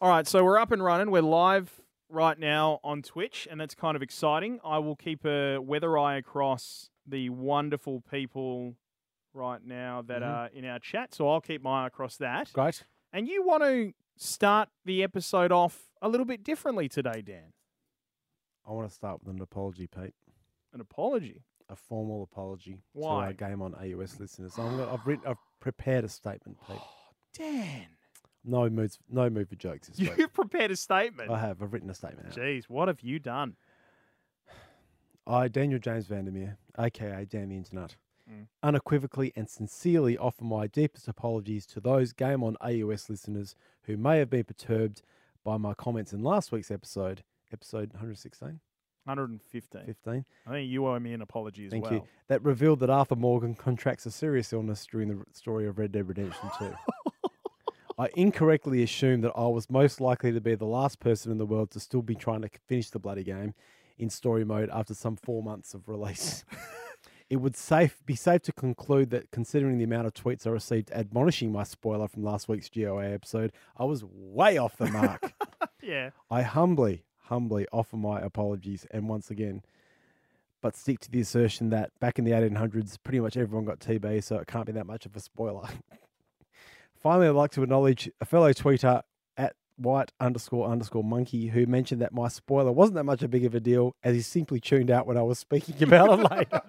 All right, so we're up and running. We're live right now on Twitch, and that's kind of exciting. I will keep a weather eye across the wonderful people right now that Mhm. are in our chat, so I'll keep my eye across that. Great. And you want to start the episode off a little bit differently today, Dan. I want to start with an apology, Pete. An apology. A formal apology to Why? our Game on AUS listeners. I'm gonna, I've, written, I've prepared a statement, Pete. Dan, No mood, no mood for jokes this week. you've prepared a statement. I have. I've written a statement. out. Jeez, what have you done? I, Daniel James Vandermeer, aka Dan the Internet, Mm. unequivocally and sincerely offer my deepest apologies to those Game on AUS listeners who may have been perturbed by my comments in last week's episode, episode 116, 115. 15, I think you owe me an apology as Thank well. you. that revealed that Arthur Morgan contracts a serious illness during the r- story of Red Dead Redemption 2. I incorrectly assumed that I was most likely to be the last person in the world to still be trying to c- finish the bloody game in story mode after some four months of release. it would safe be safe to conclude that considering the amount of tweets I received admonishing my spoiler from last week's GOA episode, I was way off the mark. Yeah. I humbly, humbly offer my apologies and once again, but stick to the assertion that back in the 1800s, pretty much everyone got TB, so it can't be that much of a spoiler. Finally, I'd like to acknowledge a fellow tweeter at white underscore underscore monkey who mentioned that my spoiler wasn't that much a big of a deal as he simply tuned out when I was speaking about it later.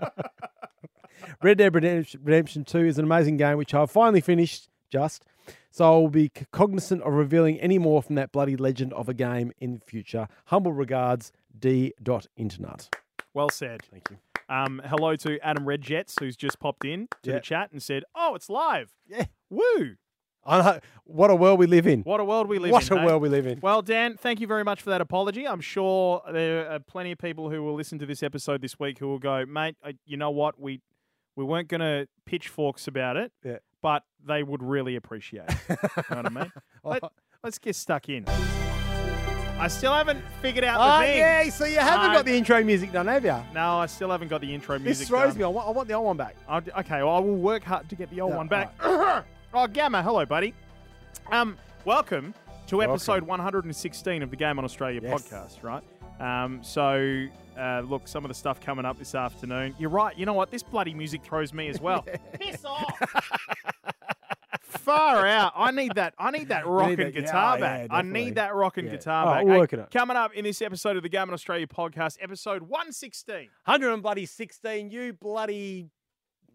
Red Dead Redemption Redemption 2 is an amazing game which I've finally finished just. So I will be c- cognizant of revealing any more from that bloody legend of a game in future. Humble regards, D. Dot Internet. Well said. Thank you. Um, hello to Adam Red Jets, who's just popped in to the Yeah. chat and said, "Oh, it's live! Yeah. Woo! I know. What a world we live in. What a world we live What in!" a mate." world we live in. Well, Dan, thank you very much for that apology. I'm sure there are plenty of people who will listen to this episode this week who will go, "Mate, I, you know what? We we weren't going to pitchforks about it, Yeah. but they would really appreciate it." you know what I mean? Let, us get stuck in. I still haven't figured out Ah, the thing. yeah. So you haven't No. got the intro music done, have you? No, I still haven't got the intro music. This throws done. me. I want, I want the old one back. I'll, d- okay, well, I will work hard to get the old Yeah, one back. oh, Gamma, hello, buddy. Um, welcome to episode 116 of the Game on Australia Yes. podcast, right? Um, so, uh, look, some of the stuff coming up this afternoon. You're right. You know what? This bloody music throws me as well. Piss off. Far out. I need that. I need that rocking that- yeah, guitar yeah, back. I definitely. need that rocking Yeah. guitar All right, back. we'll Hey, work it out. Coming up in this episode of the Game on Australia podcast, episode 116. 100 and bloody 16. You bloody.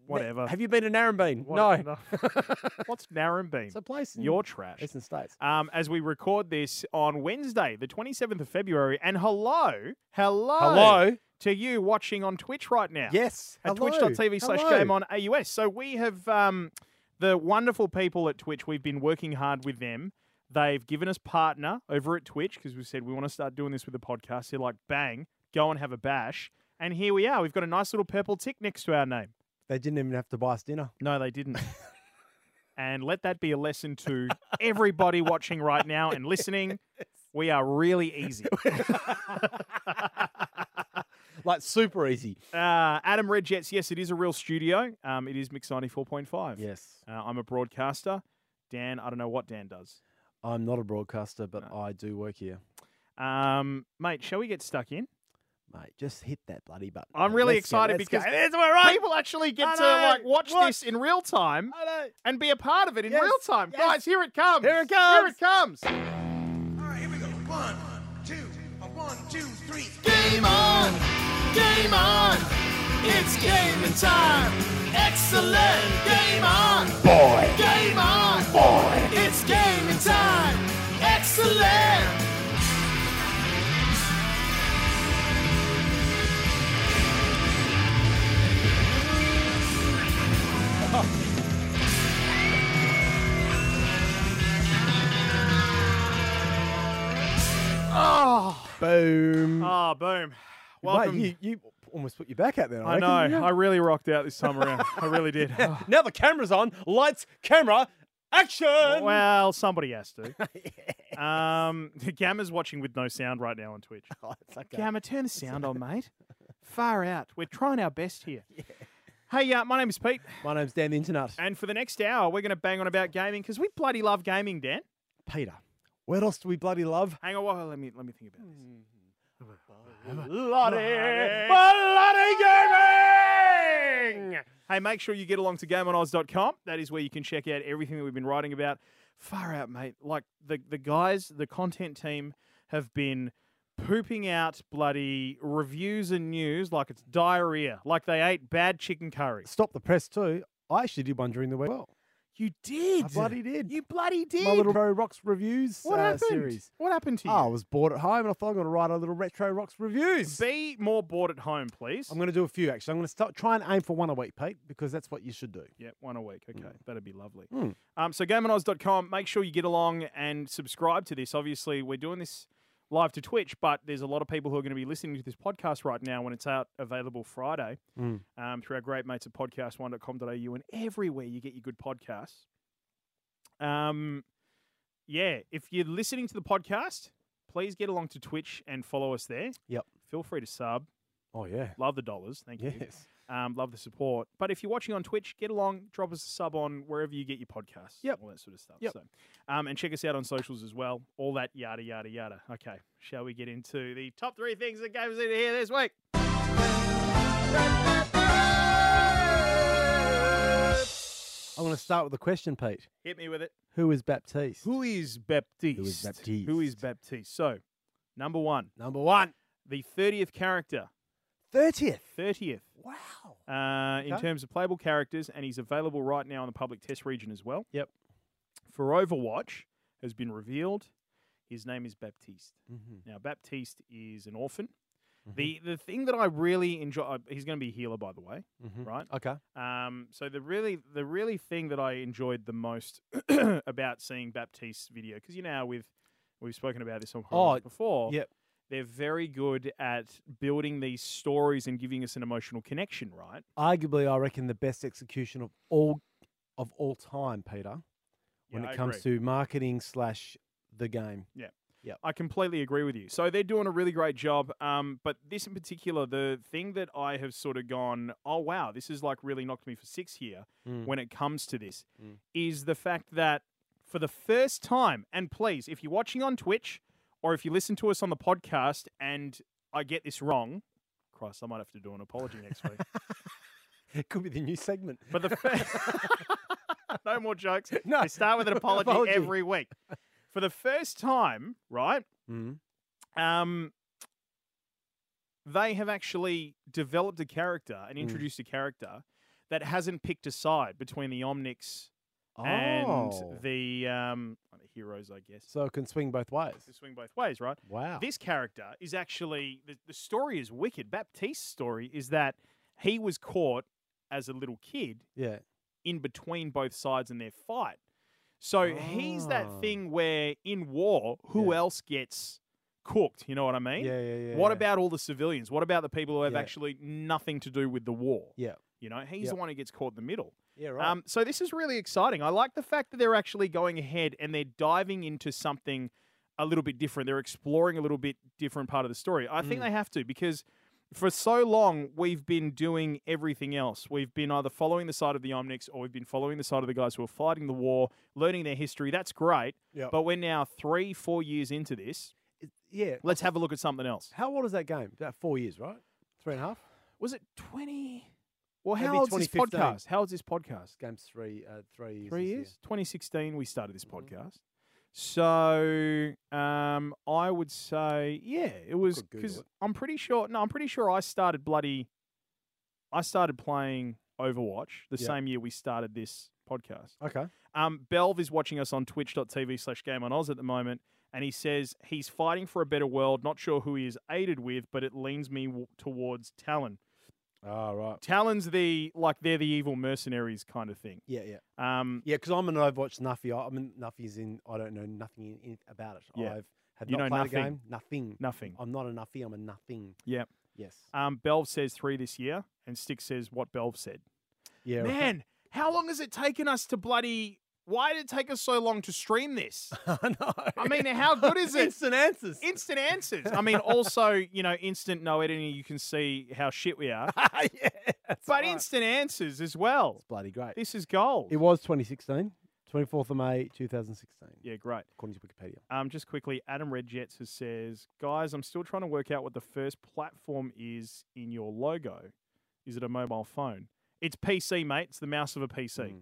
Whatever. Have you been to Narrabeen? What- No. What's Narrabeen? It's a place in You're trash. Eastern States. Um, as we record this on Wednesday, the 27th of February. And hello, hello, Hello. to you watching on Twitch right now. Yes. At hello. twitch.tv slash Hello. game on AUS. So we have um, the wonderful people at Twitch. We've been working hard with them. They've given us partner over at Twitch because we said we want to start doing this with the podcast. They're like, bang, go and have a bash. And here we are. We've got a nice little purple tick next to our name. They didn't even have to buy us dinner. No, they didn't. and let that be a lesson to everybody watching right now and listening. We are really easy. Like super easy. Uh, Adam Red Jets, yes, it is a real studio. Um, it is Mix 94.5. Yes. Uh, I'm a broadcaster. Dan, I don't know what Dan does. I'm not a broadcaster, but No. I do work here. Um, mate, shall we get stuck in? Mate, just hit that bloody button. I'm mate. really Let's go, excited let's because go. people actually get I to know. like watch What? this in real time I know. and be a part of it in Yes, real time. yes. Guys, here it comes. Here it Here it comes. All right, here we go. One, two, a one, two, three. Game on! Game on! It's game time! Excellent! Game on! Boy! Game on! Boy! It's game time! Excellent! Boom. Ah, boom. Mate, Welcome. you, you almost put your back out there. I I, reckon, know. didn't you? I really rocked out this time around. I really did. Now the camera's on. Lights, camera, action. well, somebody has to. Um, Gamma's watching with no sound right now on Twitch. Oh, it's okay. Gamma, turn the sound on, mate. Far out. We're trying our best here. Hey, uh, my name is Pete, My name's Dan the Internet. and for the next hour, we're going to bang on about gaming because we bloody love gaming, Dan. Peter, What else do we bloody love? Hang on, whoa, let me let me think about this. Mm-hmm. Bloody, gaming! Hey, make sure you get along to GameOnOz.com. That is where you can check out everything that we've been writing about. Far out, mate. Like the the guys, the content team have been pooping out bloody reviews and news like it's diarrhea, like they ate bad chicken curry. Stop the press too. I actually did one during the week. Well, You did. I bloody did. You bloody did. My little Retro Rocks reviews what uh, happened? series. What happened to you? Oh, I was bored at home and I thought I'm going to write a little Retro Rocks reviews. Be more bored at home, please. I'm going to do a few actually. I'm going to start try and aim for one a week, Pete, because that's what you should do. Yeah, one a week. Okay, that'd be lovely. Mm. Um, so gameandoz.com, make sure you get along and subscribe to this. Obviously, we're doing this live to Twitch, but there's a lot of people who are going to be listening to this podcast right now when it's out available Friday Mm. um, through our great mates at podcast1.com.au and everywhere you get your good podcasts. Um, yeah, if you're listening to the podcast, please get along to Twitch and follow us there. Yep. Feel free to sub. Oh yeah. Love the dollars. Thank you. Yes. Um, love the support. But if you're watching on Twitch, get along, drop us a sub on wherever you get your podcasts. Yep. All that sort of stuff. Yep. So, um, and check us out on socials as well. All that yada, yada, yada. Okay. Shall we get into the top three things that gave us in here this week? I'm going to start with a question, Pete. Hit me with it. Who is Baptiste? Who is Baptiste? Who is Baptiste? Who is Baptiste? So, number one, Number one. the 30th character. 30th. 30th. Wow. uh, in Okay. terms of playable characters, and he's available right now in the public test region as well. Yep. For Overwatch has been revealed. His name is Baptiste. Mm-hmm. Now Baptiste is an orphan. The the thing that I really enjoy uh, he's going to be a healer by the way, Mhm. right? Okay. Um, so the really the really thing that I enjoyed the most about seeing Baptiste's video because you know how we've we've spoken about this on Oh, Chronicles before. yep. They're very good at building these stories and giving us an emotional connection, right? Arguably, I reckon the best execution of all of all time, Peter, when Yeah, I it comes agree. to marketing slash the game. I completely agree with you. So they're doing a really great job. Um, but this in particular, the thing that I have sort of gone, oh wow, this has like really knocked me for six here Mm. when it comes to this, Mm. is the fact that for the first time, and please, if you're watching on Twitch or if you listen to us on the podcast and I get this wrong, Christ, I might have to do an apology next week. It could be the new segment. But the fir- no more jokes. No. I start with an apology, Apology. every week. For the first time, right? Mm. Um, they have actually developed a character and Mm. introduced a character that hasn't picked a side between the Omnics Oh. and the um, the heroes, I guess. so it can swing both ways. They swing both ways, right? Wow. This character is actually the, the story is wicked. Baptiste's story is that he was caught as a little kid yeah. in between both sides in their fight. So he's that Ah. thing where in war, who Yeah. else gets cooked? You know what I Yeah. mean? Yeah. Yeah. What yeah. about all the civilians? What about the people who have Yeah. actually nothing to do with the war? Yeah. You know, he's Yep. the one who gets caught in the middle. Yeah. Right. Um, so this is really exciting. I like the fact that they're actually going ahead and they're diving into something a little bit different. They're exploring a little bit different part of the story. I think Mm. they have to because for so long we've been doing everything else. We've been either following the side of the Omnics or we've been following the side of the guys who are fighting the war, learning their history. That's great. Yep. But we're now three, four years into this. It- yeah. Let's have a look at something else. How old is that game? About four years, right? Three and a half. was it 20 well That'd how be old's this 2015. podcast how old's this podcast Game's three. Uh, three years. three this year. Mm-hmm. years 2016 we started this podcast so um, i would say yeah it was Could Google because it. i'm pretty sure no i'm pretty sure i started bloody i started playing overwatch the Yeah. same year we started this podcast Okay. um, Belv is watching us on twitch.tv slash game on Oz at the moment, and he says he's fighting for a better world. Not sure who he is aided with, but it leans me w- towards Talon. All Ah, right. Talon's the like they're the evil mercenaries kind of thing. Yeah. Yeah. Um, Yeah, because I'm an Overwatch Nuffy. I, I mean, Nuffy's in. I don't know nothing in, in, about it. Yeah. I've have You not know played a nothing. game. Nothing. nothing. I'm not a Nuffy. I'm a nothing. Yep. Yes. Um, Belv says three this year, and Stick says what Belv said. Yeah. right. Man, how long has it taken us to bloody? Why did it take us so long to stream this? I know. I mean, how good is it? Instant answers. Instant answers. I mean, also, you know, instant no editing. You can see how shit we are, yeah. that's but right. instant answers as well. Bloody great. This is gold. It was 2016. 24th of May, 2016, Yeah, great. according to Wikipedia. Um, just quickly, Adam Red Jets who says, guys, I'm still trying to work out what the first platform is in your logo. Is it a mobile phone? It's PC, mate. It's the mouse of a PC. Mm.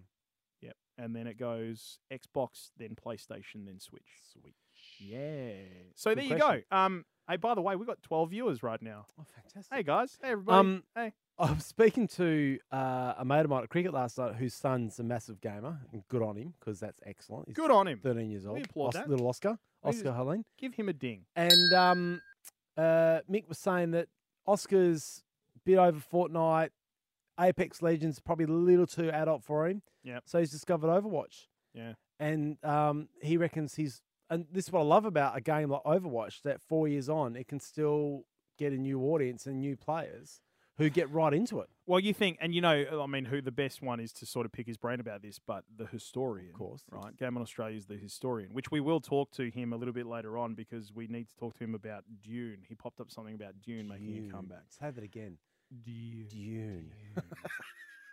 Yep. And then it goes Xbox, then PlayStation, then Switch. Sweet. Yeah. So Good there you question. go. Um, hey, by the way, we've got 12 viewers right now. Oh, fantastic. Hey, guys. Hey, everybody. um, hey. I was speaking to uh, a mate of mine at cricket last night whose son's a massive gamer, and good on him because that's excellent. He's Good on him. 13 years old. applaud Os- that. Little Oscar, We Oscar just- Helene. Give him a ding. And um, uh, Mick was saying that Oscar's bit over Fortnite, Apex Legends probably a little too adult for him. Yep. So he's discovered Overwatch. Yeah. And um, he reckons he's and this is what I love about a game like Overwatch that four years on it can still get a new audience and new players who get right into it. Well, you think, and you know, I mean, who the best one is to sort of pick his brain about this, but the historian. Of course, Right. Game on Australia is the historian, which we will talk to him a little bit later on because we need to talk to him about Dune. He popped up something about Dune, making a comeback. Say that again. Dune. Dune.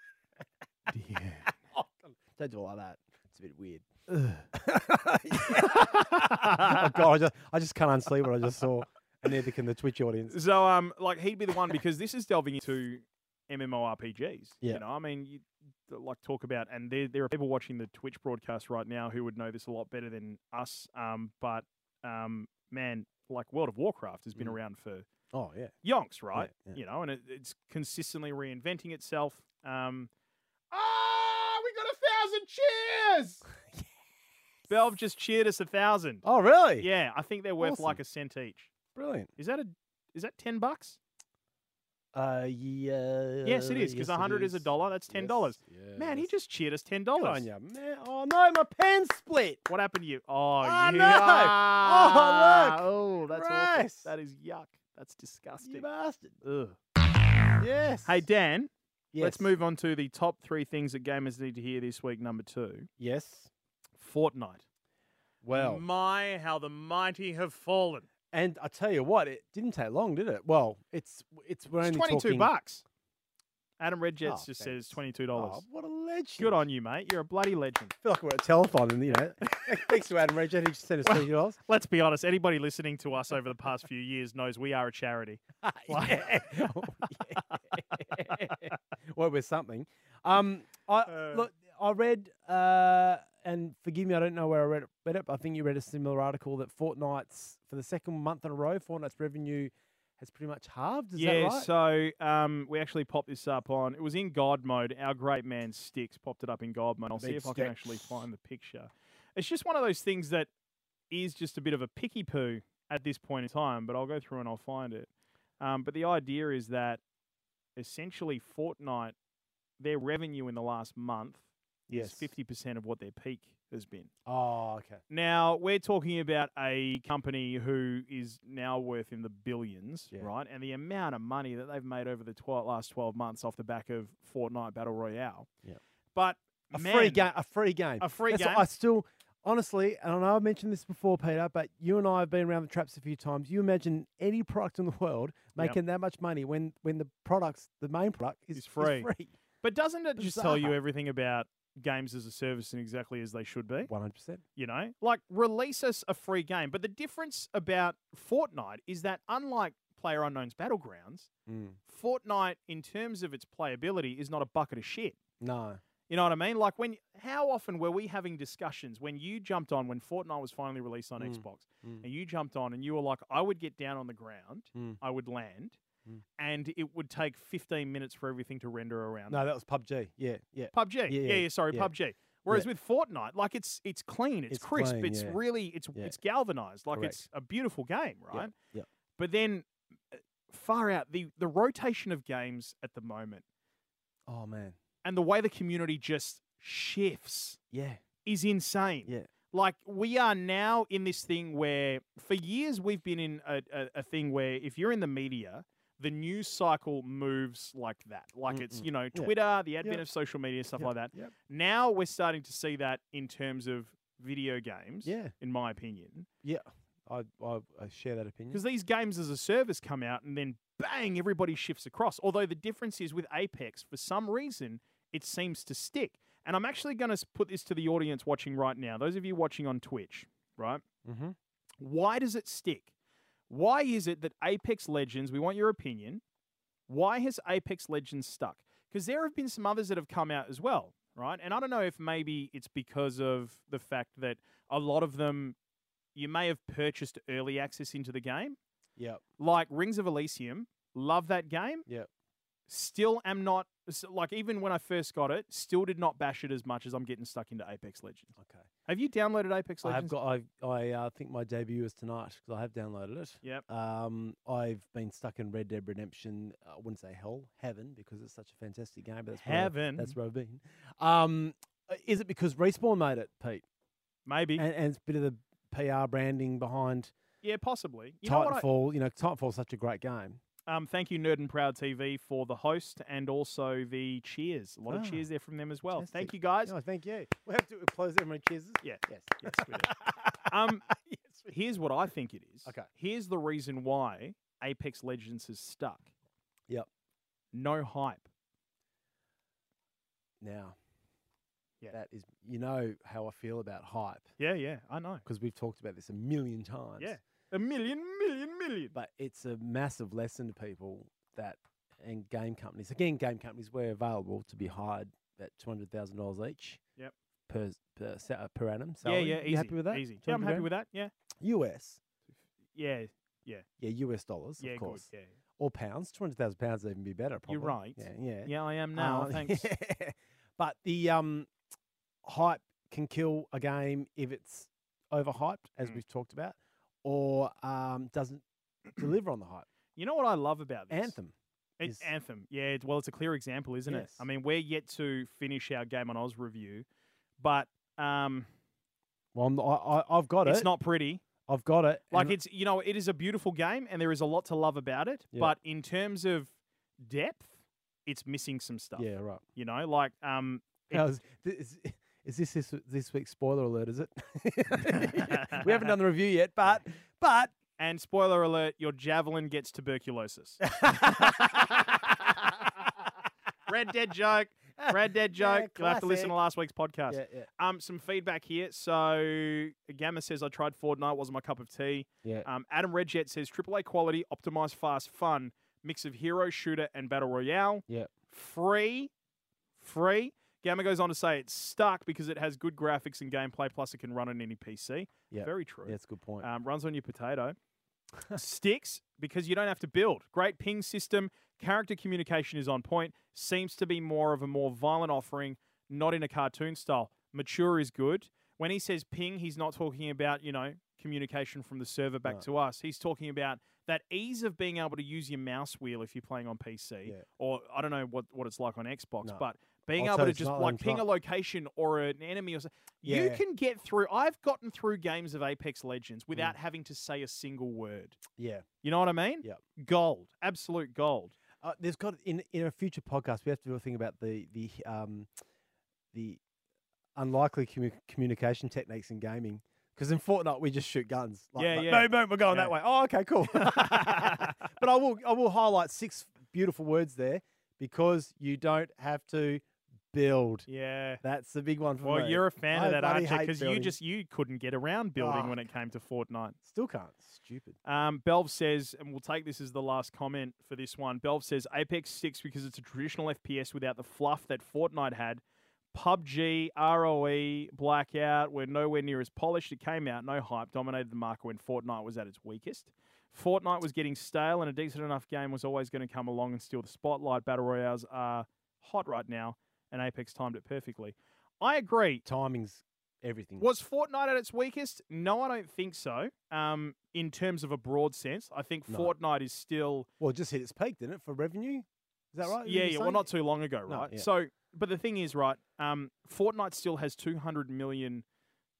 Dune. Don't do it like that. It's a bit weird. oh God, I just, I just can't unsee what I just saw, and neither can the Twitch audience. So, um, like he'd be the one because this is delving into MMORPGs. Yeah. You know, I mean, you, like talk about, and there there are people watching the Twitch broadcast right now who would know this a lot better than us. Um, but um, man, like World of Warcraft has been Mm. around for Oh yeah, yonks, right? yeah. You know, and it, it's consistently reinventing itself. Um, ah, we got a thousand cheers. Valve just cheered us a thousand. Oh really? Yeah, I think they're worth Awesome. like a cent each. Brilliant. Is that a is that ten bucks? Uh, yeah. Yes, it is, 'cause 100 is a dollar, that's $10. Man, he just cheered us ten Good on dollars. ya, man. Oh no, my pen split. What happened to you? Oh, Oh, you- no. Oh, look. Ah, Oh, that's awful. Gross. That is yuck. That's You disgusting. bastard. Ugh. Yes. Hey Dan, yes. let's move on to the top three things that gamers need to hear this week. Number two, Yes. Fortnite. Mm. Well, my, how the mighty have fallen. and I tell you what, it didn't take long, did it? Well, it's it's we're It's only twenty two talking- bucks. Adam Redjets Oh, just says thanks. twenty two dollars. Oh, what a legend. Good on you, mate. You're a bloody legend. feel like we're at telethon, and you know, thanks to Adam Regent, he just sent us Well, twenty dollars. Let's be honest. Anybody listening to us over the past few years knows we are a charity. yeah. Oh, yeah. well, we're something. Um, I Uh, look, I read, uh, and forgive me, I don't know where I read it, read it, but I think you read a similar article that Fortnite's for the second month in a row, Fortnite's revenue has pretty much halved. Is yeah, that right? so um, we actually popped this up on. It was in God mode. Our great man Sticks popped it up in God mode. I'll see Big if I can actually find the picture. It's just one of those things that is just a bit of a picky poo at this point in time, but I'll go through and I'll find it. Um, but the idea is that essentially Fortnite, their revenue in the last month yes, is 50% of what their peak has been. Oh, okay. Now we're talking about a company who is now worth in the billions, Yeah. right? And the amount of money that they've made over the 12, last twelve months off the back of Fortnite Battle Royale. Yeah. But A free man, game. A free game. a free That's game. what I still, honestly, and I know I've mentioned this before, Peter, but you and I have been around the traps a few times. You imagine any product in the world Yep. making that much money when when the products, the main product, is, Is free. Is free. but doesn't it just tell you Bizarre. everything about games as a service and exactly as they should be? One hundred percent. You know, like release us a free game. But the difference about Fortnite is that unlike Player Unknown's Battlegrounds, Fortnite, in terms of its playability, is not a bucket of shit. No. You know what I mean? Like when how often were we having discussions when you jumped on when Fortnite was finally released on Mm, Xbox mm. and you jumped on and you were like, I would get down on the ground, Mm. I would land, Mm. and it would take 15 minutes for everything to render around. No, that was PUBG. Yeah, yeah. PUBG. Yeah, yeah, yeah, sorry, yeah. PUBG. Whereas with Fortnite, like it's it's clean, it's, It's crisp, clean, it's yeah. really it's Yeah. it's galvanized. Like Correct. it's a beautiful game, right? yeah. But then uh, far out the the rotation of games at the moment Oh man. and the way the community just shifts Yeah. is insane. Yeah. Like we are now in this thing where for years we've been in a, a, a thing where if you're in the media, the news cycle moves like that. Like it's, Mm-mm. you know, Yeah. Twitter, the advent Yep. of social media, stuff Yep. like that. Yep. Now we're starting to see that in terms of video games, Yeah. in my opinion. Yeah. I I, I share that opinion. Because these games as a service come out and then bang, everybody shifts across. Although the difference is with Apex, for some reason, it seems to stick. And I'm actually going to put this to the audience watching right now. Those of you watching on Twitch, right? Mm-hmm. Why does it stick? Why is it that Apex Legends, we want your opinion, why has Apex Legends stuck? Because there have been some others that have come out as well, right? And I don't know if maybe it's because of the fact that a lot of them you may have purchased early access into the game. Yep. Like Rings of Elysium, love that game. Yep. Still am not s- like even when I first got it, still did not bash it as much as I'm getting stuck into Apex Legends. Okay. Have you downloaded Apex I've Legends? got. I I uh, think my debut is tonight because I have downloaded it. Yep. Um, I've been stuck in Red Dead Redemption. uh, I wouldn't say hell, heaven, because it's such a fantastic game. But that's where I- Heaven. that's where I've been. Mm-hmm. Um, uh, is it because respawn made it, Pete? Maybe. And, and it's a bit of the PR branding behind yeah, possibly. You know what I- Titanfall. You know, Titanfall's such a great game. Um, thank you, Nerd and Proud TV, for the host and also the cheers. A lot of Ah, cheers there from them as well. Thank fantastic. you, guys. Oh, thank you. We have to close everyone cheers. Yeah. Yes. Yes, we do. um, here's what I think it is. Okay. Here's the reason why Apex Legends has stuck. Yep. No hype. Now, Yeah. that is, you know, how I feel about hype Yeah, yeah, I know. because we've talked about this a million times. Yeah. A million, million, million. but it's a massive lesson to people that and game companies again game companies were available to be hired at two hundred thousand dollars each. Yep. Per per, sa- uh, per annum. yeah, Salary. yeah, easy. You happy with that? Easy. Yeah, I'm 200 happy grand? with that. Yeah. US. Yeah, Yeah, US dollars, yeah, of course, good. or pounds. Two hundred thousand pounds would even be better. Probably. You're right. Yeah, yeah. Yeah. yeah, I am now. Uh, thanks. But the um, hype can kill a game if it's overhyped, as Mm. we've talked about, or um, doesn't deliver on the hype. You know what I love about this? Anthem. It, is- Anthem. Yeah, it's, well, it's a clear example, isn't Yes. it? I mean, we're yet to finish our Game on Oz review, but um, Well, I'm, I, I, I've got it's it. not pretty. I've got it. Like, and it's, you know, it is a beautiful game and there is a lot to love about it, Yeah. but in terms of depth, it's missing some stuff. Yeah, right. You know, like, um, it- How's- th- is, is this, this this week's spoiler alert? Is it? we haven't done the review yet, but but and spoiler alert, your javelin gets tuberculosis. Red Dead joke. Red Dead Yeah, joke. You'll have to listen to last week's podcast. yeah, yeah, Um, some feedback here. So Gamma says I tried Fortnite, wasn't my cup of tea. yeah. Um, Adam Redjet says AAA quality, optimized, fast, fun, mix of hero, shooter, and battle royale. Yeah. Free, free. Gamma goes on to say it's stuck because it has good graphics and gameplay, plus it can run on any PC. Yeah. Very true. Yeah, that's a good point. Um, runs on your potato. Sticks because you don't have to build. Great ping system. Character communication is on point. Seems to be more of a more violent offering, not in a cartoon style. Mature is good. When he says ping, he's not talking about, you know, communication from the server back No. to us. He's talking about that ease of being able to use your mouse wheel if you're playing on PC. Yeah. Or I don't know what, what it's like on Xbox, No. but being I'll able tell to you just tonight, like I'm ping try- a location or an enemy or something. You Yeah. Mm. can get through. I've gotten through games of Apex Legends without having to say a single word. yeah. You know what I mean? Yep. Gold, absolute gold. Uh, there's got in in a future podcast we have to do a thing about the the um the unlikely commu- communication techniques in gaming because in Fortnite we just shoot guns. Like, Yeah, like, yeah. No, boom, we're going Yeah. that way. Oh, okay, cool. but I will I will highlight six beautiful words there because you don't have to build. Yeah. That's the big one for Well, me. you're a fan of I that, bloody aren't you? hate Because you building. just you couldn't get around building Oh. when it came to Fortnite. still can't. Stupid. Um, Belv says, and we'll take this as the last comment for this one. Belv says Apex Six because it's a traditional FPS without the fluff that Fortnite had. PUBG, ROE, E, Blackout were nowhere near as polished. It came out, no hype, dominated the market when Fortnite was at its weakest. Fortnite was getting stale, and a decent enough game was always going to come along and steal the spotlight. Battle Royales are hot right now, and Apex timed it perfectly. I agree. Timing's everything. Was Fortnite at its weakest? No, I don't think so. Um, in terms of a broad sense, I think No. Fortnite is still Well, it just hit its peak, didn't it, for revenue? Is that right? Yeah, You yeah. were Well, saying? not too long ago, No, right? yeah. So, but the thing is, right? Um, Fortnite still has 200 million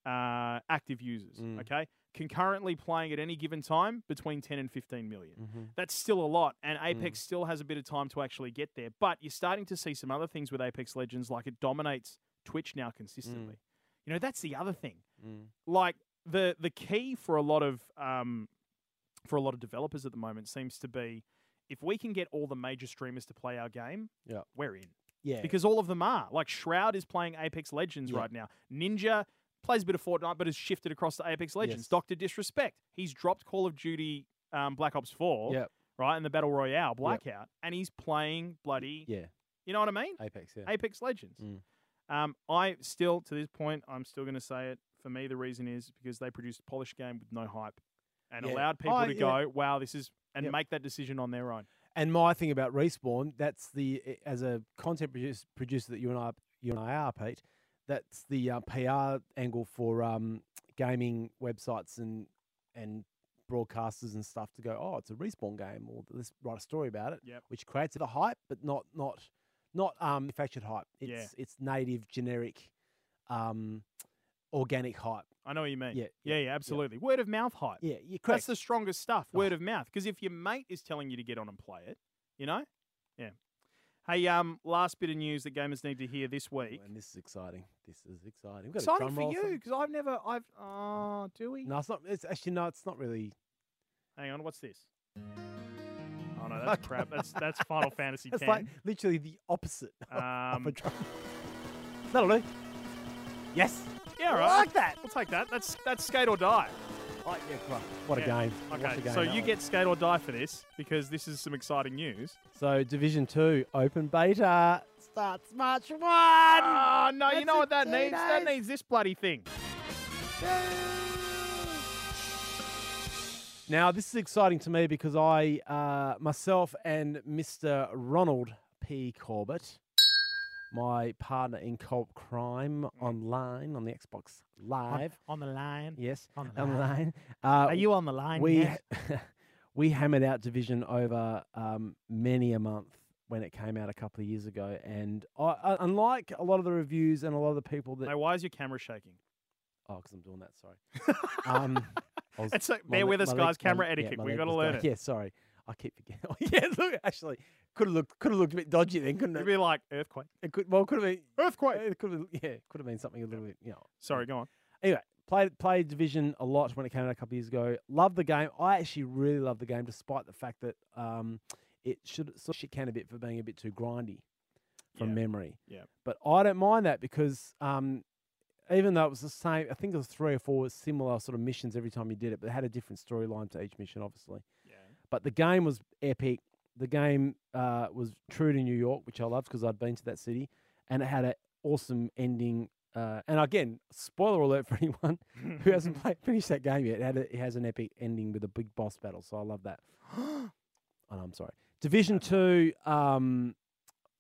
uh, active users. Mm. Okay, concurrently playing at any given time between 10 and 15 million. Mhm. That's still a lot, and Mm. Apex still has a bit of time to actually get there. But you're starting to see some other things with Apex Legends, like it dominates Twitch now consistently. You know, that's the other thing Mm. like the the key for a lot of um, for a lot of developers at the moment seems to be if we can get all the major streamers to play our game, Yeah. we're in. Yeah. because all of them are. Like Shroud is playing Apex Legends Yeah. right now. Ninja plays a bit of Fortnite, but has shifted across to Apex Legends. Yes. Doctor Disrespect, he's dropped Call of Duty, um, Black Ops Four, Yep. right, and the Battle Royale Blackout, and he's playing bloody. Yeah. You know what I mean? Apex. Yeah. Apex Legends. Mm. Um, I still, to this point, I'm still going to say it. For me, the reason is because they produced a polished game with no hype and Yeah. allowed people Oh, to yeah. go, wow, this is, and Yep. make that decision on their own. And my thing about respawn, that's the i- as a content produce, producer that you and I you and I are, Pete. That's the uh, PR angle for um, gaming websites and and broadcasters and stuff to go. Oh, it's a respawn game, or let's write a story about it, Yep. which creates the hype, but not not not um, manufactured hype. It's it's native, generic, um, organic hype. I know what you mean. Yeah, Yeah, yeah, absolutely. Word of mouth hype. Yeah, you're That's correct. the strongest stuff, word of mouth. Because if your mate is telling you to get on and play it, you know? Yeah. Hey, um, last bit of news that gamers need to hear this week. and this is exciting. This is exciting. We've got a Exciting drum for roll you, because I've never, I've, oh, do we? No, it's not. It's actually no. It's not really. Hang on, what's this? Oh, no, that's crap. That's that's Final Fantasy X. It's like literally the opposite of a Um, drum. That'll do. Yes. yeah, all I right. like that. We'll take that. That's, that's Skate or Die. Oh, yeah, crap. What Yeah. a game. What Okay, a game so that you was. get Skate or Die for this, because this is some exciting news. So Division Two open beta starts March one. Oh, no, you Ah, That's know in what that two needs? That days. needs this bloody thing. Now this is exciting to me because I, uh, myself, and Mr. Ronald P. Corbett, my partner in Cult Crime online on the Xbox Live. On the line. Yes, On the online. Uh, Are you on the line? we yet? we hammered out division over um, many a month when it came out a couple of years ago, and I, I, unlike a lot of the reviews and a lot of the people that Hey, why is your camera shaking? oh, because I'm doing that. Sorry. um, I was- It's like, my bear le- with us, my leg- guys. my- Camera yeah, etiquette. my We've leg got to was learn going- it. Yeah, sorry, I keep forgetting. Oh, yeah, look, actually, could have looked could have looked a bit dodgy then, couldn't It'd it? be like earthquake. It could well could have been Earthquake. it could have yeah could have been something a little bit you know Sorry, go on. Anyway, played played Division a lot when it came out a couple of years ago. Love the game. I actually really love the game, despite the fact that um, it should sort of shit can a bit for being a bit too grindy from Yeah. memory. Yeah. But I don't mind that because um, even though it was the same, I think it was three or four similar sort of missions every time you did it, but it had a different storyline to each mission, obviously. Yeah. But the game was epic. The game uh, was true to New York, which I loved because I'd been to that city, and it had an awesome ending. Uh, and again, spoiler alert for anyone who hasn't played, finished that game yet. It, had a, it has an epic ending with a big boss battle, so I love that. And I'm sorry, Division Two. Um,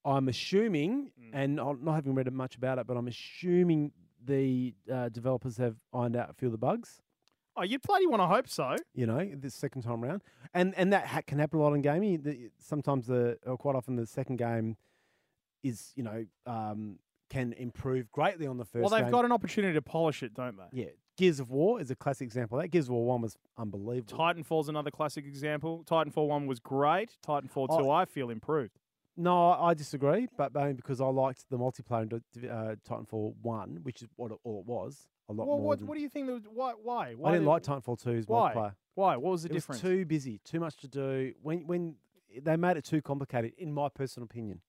I'm assuming, Mm. and I'm not having read much about it, but I'm assuming the uh, developers have ironed out a few of the bugs Oh, you'd bloody want to hope so. you know, this second time round. And and that ha- can happen a lot in gaming. The, sometimes the or quite often the second game is you know um, can improve greatly on the first. well, they've game. got an opportunity to polish it, don't they? yeah. Gears of War is a classic example. of That Gears of War one was unbelievable. Titanfall's another classic example. Titanfall 1 was great. Titanfall 2, Oh. I feel, improved. no, I disagree, but only because I liked the multiplayer in Di- Div- uh, Titanfall one, which is what it, all it was. A lot Well, more. what, than- what do you think? That, why, why? Why? I didn't did- like Titanfall 2's Why? multiplayer. Why? What was the It difference? was too busy, too much to do. When when they made it too complicated, in my personal opinion.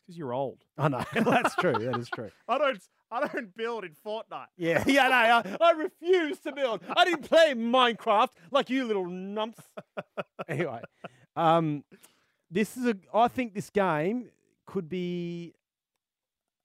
because you're old. I know that's true. That is true. I don't. I don't build in Fortnite. Yeah, yeah, no, I, I refuse to build. I didn't play Minecraft like you little numps. anyway, um, this is a. I think this game could be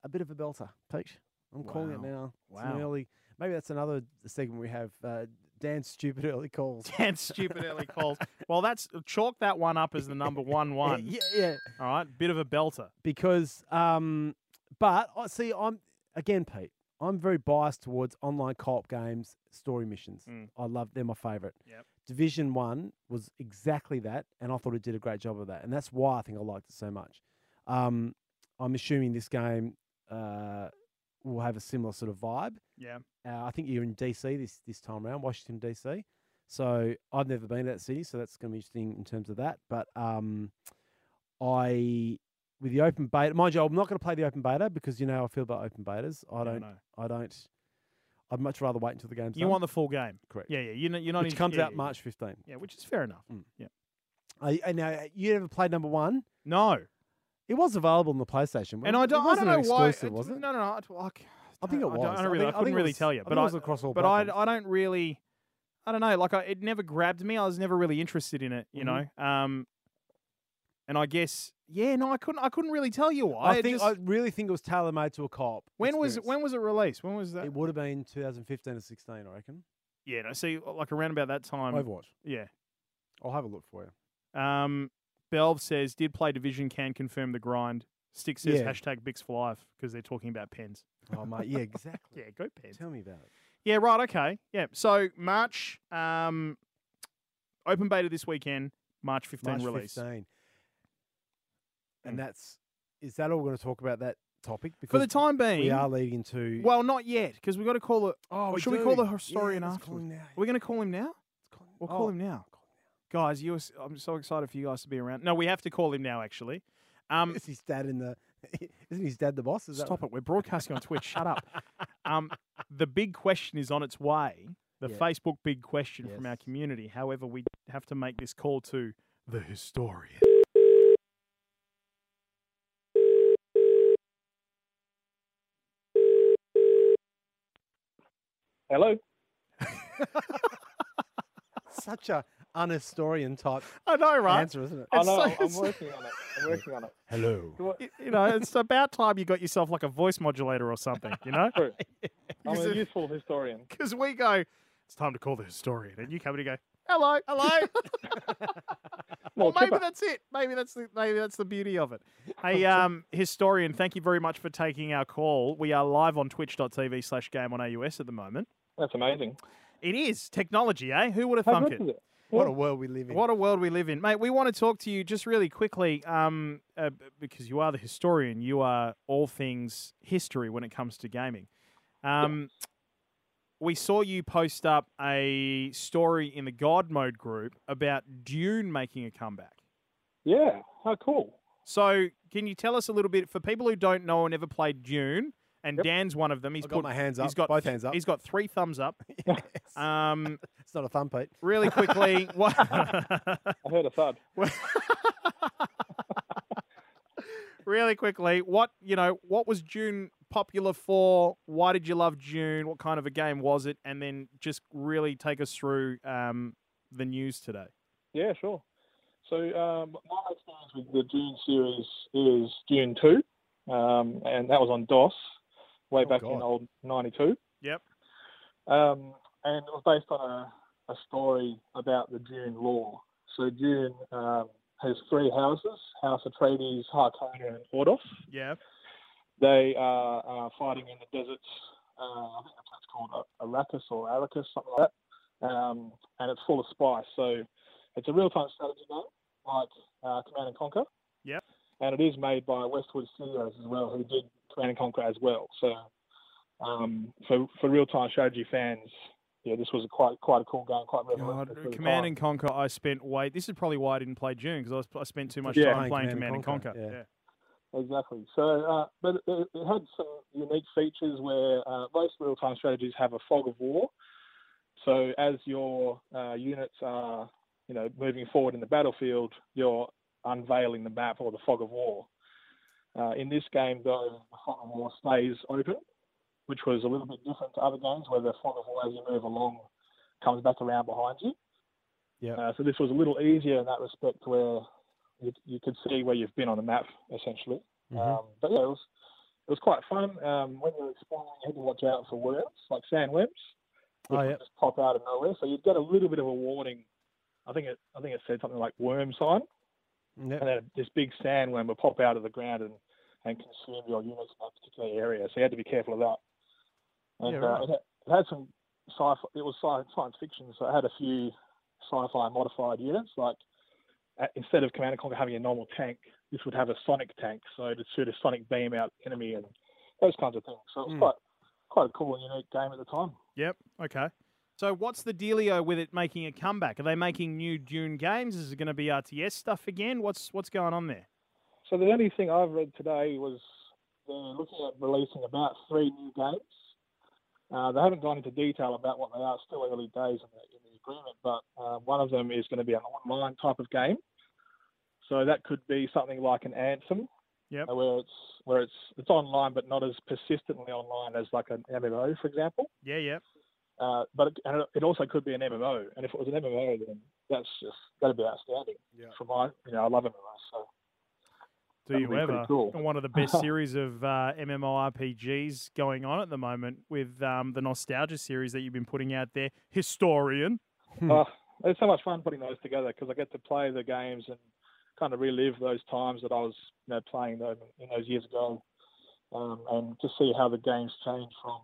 a bit of a belter, Peach. I'm calling it Wow. now. It's an Wow. early. Maybe that's another segment we have. Uh, Dan's stupid early calls. Damn stupid early calls. Well, that's chalk that one up as the number one one. Yeah, yeah. All right, bit of a belter. because um but I see I'm again Pete I'm very biased towards online co-op games story missions Mm. I love they're my favorite Yep. division 1 was exactly that and I thought it did a great job of that and that's why I think I liked it so much um I'm assuming this game uh will have a similar sort of vibe Yeah. uh, I think you're in DC this this time around, Washington DC. So I've never been to that city, so that's going to be interesting in terms of that. But um, I with the open beta, mind you, I'm not going to play the open beta because you know how I feel about open betas. I don't. know. I don't. I'd much rather wait until the game's You done, want the full game? correct? Yeah, yeah. You're not. You're not which in- comes yeah, out yeah, March Uh, 15. Yeah, which is fair enough. I, I know you never played number one. No, It was available on the PlayStation, And I it don't, I wasn't don't know an why. exclusive, it- was it? No, no, no. I, well, I c- I think it don't- was. I, don't really, I, think- think couldn't it really was- tell you, I but think it I, was across all. but I, platforms. I don't really, I don't know. Like I, it never grabbed me. I was never really interested in it, you Mhm. know. Um, and I guess, yeah, no, I couldn't, I couldn't really tell you why. I It think just- I really think it was tailor made to a cop. when was when was it released? When was that? it would have been 2015 or 16, I reckon. yeah, no, see, uh, like around about that time. Overwatch. Yeah. I'll have a look for you. Um, Belv says did play Division, can confirm the grind. Stick says Yeah. hashtag Bix for life because they're talking about pens. Oh mate, yeah, exactly. Yeah, go pens. Tell me about it. Yeah, right. Okay. Yeah. So March, um, open beta this weekend, March 15 March release. Mm. 15. And that's is that all we're going to talk about that topic? For Because the time being, we are leading to. well, not yet because we've got to call it. oh, should we call do. the historian yeah, afterwards? Are we going to call him now? We'll Oh. call him now, guys. You, s- I'm so excited for you guys to be around. No, we have to call him now. Actually, um, Is his dad in the? Isn't his dad the boss? Is that stop it. We're broadcasting on Twitch. Shut up. Um, the big question is on its way. The Yeah. Facebook big question from our Yes. community. However, we have to make this call to the historian. Hello. such a unhistorian type I know, right? Uh, answer, isn't it? I It's know. so- Oh, I'm it's- working on it. I'm working on it. Hello. You Y- you know, it's about time you got yourself like a voice modulator or something, you know? True. Is I'm a it- useful historian. Because we go, it's time to call the historian, and you come in and go, hello, hello. Well, Oh, maybe Chipper, that's it. Maybe that's the maybe that's the beauty of it. Hey, um, historian, thank you very much for taking our call. We are live on twitch.tv slash game on AUS at the moment. that's amazing. It is technology, eh? Who would have How thunk good it? is it? What a world we live in. What a world we live in, mate. We want to talk to you just really quickly, um, uh, b- because you are the historian. You are all things history when it comes to gaming. Um, we saw you post up a story in the God Mode group about Dune making a comeback. Yeah. How cool. So, can you tell us a little bit for people who don't know or never played Dune? And Yep. Dan's one of them. He's I've put got my hands up. he's got both th- hands up. He's got three thumbs up. Yes. Um, it's not a thumb, Pete. really quickly, what? I heard a thud. Well- really quickly, what you know, what was June popular for? Why did you love June? What kind of a game was it? And then just really take us through um, the news today. Yeah, sure. So um, my experience with the Dune series is Dune Two, um, and that was on DOS way Oh, back in God. old '92. Yep. Um, and it was based on a, a story about the Dune law. So Dune um, has three houses: House Atreides, Harkonnen, and Ordos. Yeah. they are uh, fighting in the deserts. Uh, I think that's what's called A- Arrakis or Arrakis, something like that. Um, and it's full of spice. So it's a real-time strategy game, like uh, Command and Conquer. Yep. And it is made by Westwood Studios as well, who did Command and Conquer as well. So um, for for real-time strategy fans, yeah, this was a quite quite a cool game, quite revolutionary. for the Command time. and Conquer. I spent way. This is probably why I didn't play June because I, was- I spent too much Yeah. time playing Command and Conquer. Yeah. Exactly. So, uh, but it, it had some unique features where uh, most real-time strategies have a fog of war. So, as your uh, units are, you know, moving forward in the battlefield, you're unveiling the map or the fog of war. Uh, in this game, though, the fog of war stays open, which was a little bit different to other games where the fog of war, as you move along, comes back around behind you. Yeah. Uh, so this was a little easier in that respect, where you, you could see where you've been on the map essentially. Mhm. Um, but yeah, it was it was quite fun. Um, when you're exploring, you had to watch out for worms, like sandworms, which Oh, would yeah. just pop out of nowhere. So you'd get a little bit of a warning. I think it I think it said something like worm sign, Yep. and then this big sandworm would pop out of the ground and, and consume your units in that particular area. So you had to be careful of that. And Yeah, right. uh, it, had, it had some sci-fi. It was sci- science fiction, so it had a few sci-fi modified units. Like uh, instead of Command and Conquer having a normal tank, this would have a sonic tank, so to shoot a sonic beam out the enemy and those kinds of things. So it was Mm. quite quite a cool and unique game at the time. Yep. Okay. So what's the dealio with it making a comeback? Are they making new Dune games? Is it going to be RTS stuff again? What's what's going on there? So the only thing I've read today was they're looking at releasing about three new games. Uh, they haven't gone into detail about what they are. It's Still early days in the, in the agreement, but uh, one of them is going to be an online type of game. So that could be something like an Anthem, Yep. uh, where it's where it's it's online but not as persistently online as like an MMO, for example. Yeah, yeah. Uh, but it, and it also could be an MMO, and if it was an MMO, then that's just that'd be outstanding. Yeah. From my, you know, I love MMOs, so Do That you would be pretty ever? cool. And One of the best series of uh, MMORPGs going on at the moment with um, the nostalgia series that you've been putting out there, Historian. Hmm. Oh, it's so much fun putting those together because I get to play the games and kind of relive those times that I was you know, playing them in those years ago, um, and to see how the games changed from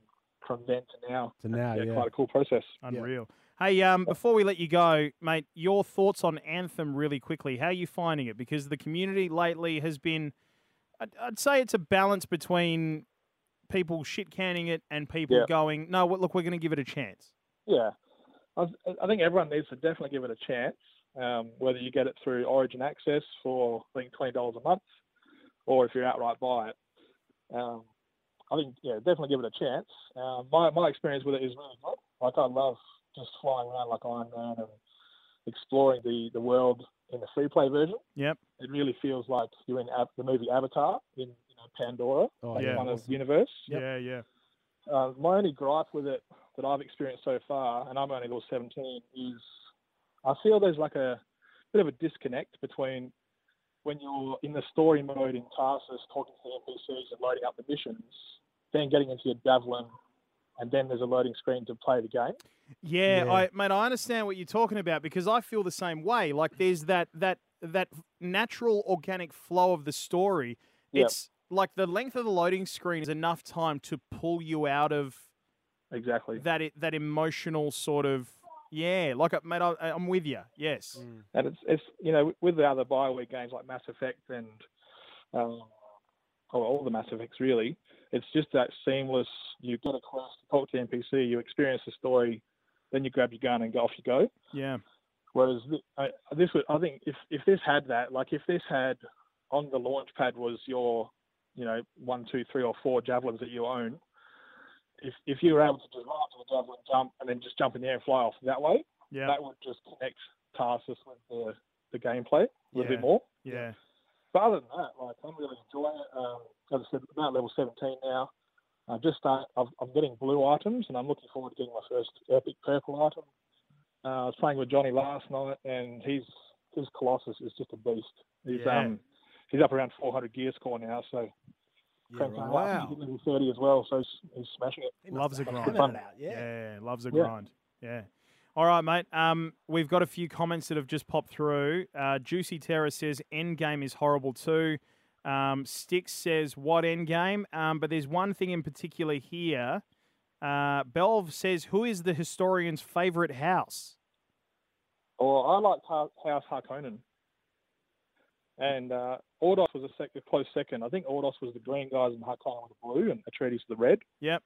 from then to now. So now, yeah, yeah. quite a cool process. Unreal. Hey, um, before we let you go, mate, your thoughts on Anthem really quickly. How are you finding it? Because the community lately has been, I'd, I'd say it's a balance between people shit canning it and people Yeah. going, no, w- look, we're going to give it a chance. Yeah, I, I think everyone needs to definitely give it a chance. Um, whether you get it through Origin Access for I think twenty dollars a month, or if you outright buy it, um, I think yeah, definitely give it a chance. Um, my my experience with it is really good. Like I love just flying around like Iron Man and exploring the, the world in the free play version. Yep. It really feels like you're in Av- the movie Avatar in you know, Pandora, Oh, that yeah. kind of Awesome. universe. Yeah, yeah. Uh, my only gripe with it that I've experienced so far, and I'm only little 17, is I feel there's like a bit of a disconnect between when you're in the story mode in Tarsus, talking to the NPCs and loading up the missions, then getting into your Javelin, and then there's a loading screen to play the game. Yeah, Yeah. I mate, I understand what you're talking about because I feel the same way. Like there's that that that natural organic flow of the story. Yep. It's like the length of the loading screen is enough time to pull you out of Exactly. that it, that emotional sort of yeah. Like uh, mate, I, I'm with you. Yes. Mm. And it's, it's you know, with the other Bioware games like Mass Effect and um, or all the Mass Effects really, it's just that seamless. You get a quest, talk to NPC, you experience the story, then you grab your gun and go off you go. Yeah. Whereas th- I, this would, I think, if if this had that, like if this had on the launch pad was your, you know, one, two, three, or four javelins that you own. If if you were able to just run up to the javelin, jump, and then just jump in the air and fly off that way, Yeah. that would just connect Tarsus with the, the gameplay a little Yeah. bit more. Yeah. But other than that, like I'm really enjoying it. Um, as I said, I'm at level 17 now. I just start. I've, I'm getting blue items, and I'm looking forward to getting my first epic purple item. Uh, I was playing with Johnny last night, and his his Colossus is just a beast. He's Yeah. um he's up around 400 gear score now, so Yeah, cranking right. him up. He's at level 30 as well, so he's, he's smashing it. He must Loves a have grind. hammered it out, Yeah. Yeah, loves a Yeah. grind. Yeah. All right, mate. Um, we've got a few comments that have just popped through. Uh, Juicy Terror says Endgame is horrible too. Um, Stix says what Endgame? Um, but there's one thing in particular here. Uh, Belv says who is the historian's favorite house? Or I like Har- House Harkonnen. And uh, Ordos was a, sec- a close second. I think Ordos was the green guys and Harkonnen was the blue and Atreides the red. Yep.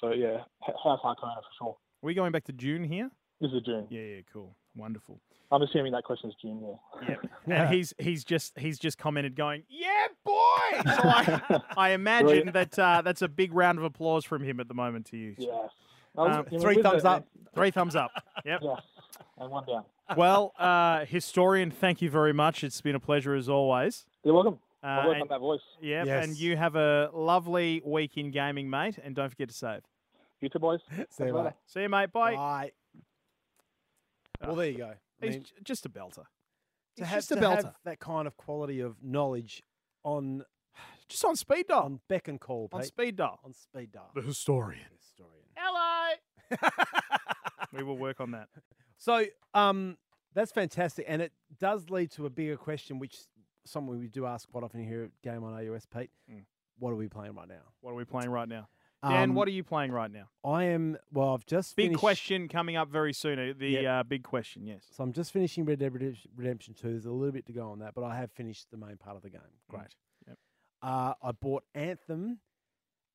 So yeah, H- House Harkonnen for sure. Are we going back to June here? This is June. Yeah, yeah, cool, wonderful. I'm assuming that question is June. Yeah. Yep. And he's he's just he's just commented going, yeah, boy. So I, I imagine that uh, that's a big round of applause from him at the moment to you. Yeah. Um, Three thumbs up. Three thumbs up. Yep. Yeah. And one down. Well, uh, historian, thank you very much. It's been a pleasure as always. You're welcome. Uh, I'll work and, on that voice. yep, and Yes. you have a lovely week in gaming, mate. And don't forget to save. You two boys. See you later. later. See you, mate. Bye. Bye. Well, Ah. there you go. I He's mean, j- just a belter. to it's have, just a to have belter. that kind of quality of knowledge on Just on speed dial. on beck and call, Oh. On Pete. speed dial. on speed dial. The historian. Historian. Hello. we will work on that. So um, that's fantastic, and it does lead to a bigger question, which someone we do ask quite often here at Game on AUS, Pete. Mm. What are we playing right now? Um, What are we playing right now? Dan, what are you playing right now? I am. Well, I've just Big finished- question coming up very soon. uh, The Yep. uh, big question, yes. So I'm just finishing Red Dead Redemption, Redemption Two. There's a little bit to go on that, but I have finished the main part of the game. Great. Mm. Yep. Uh, I bought Anthem,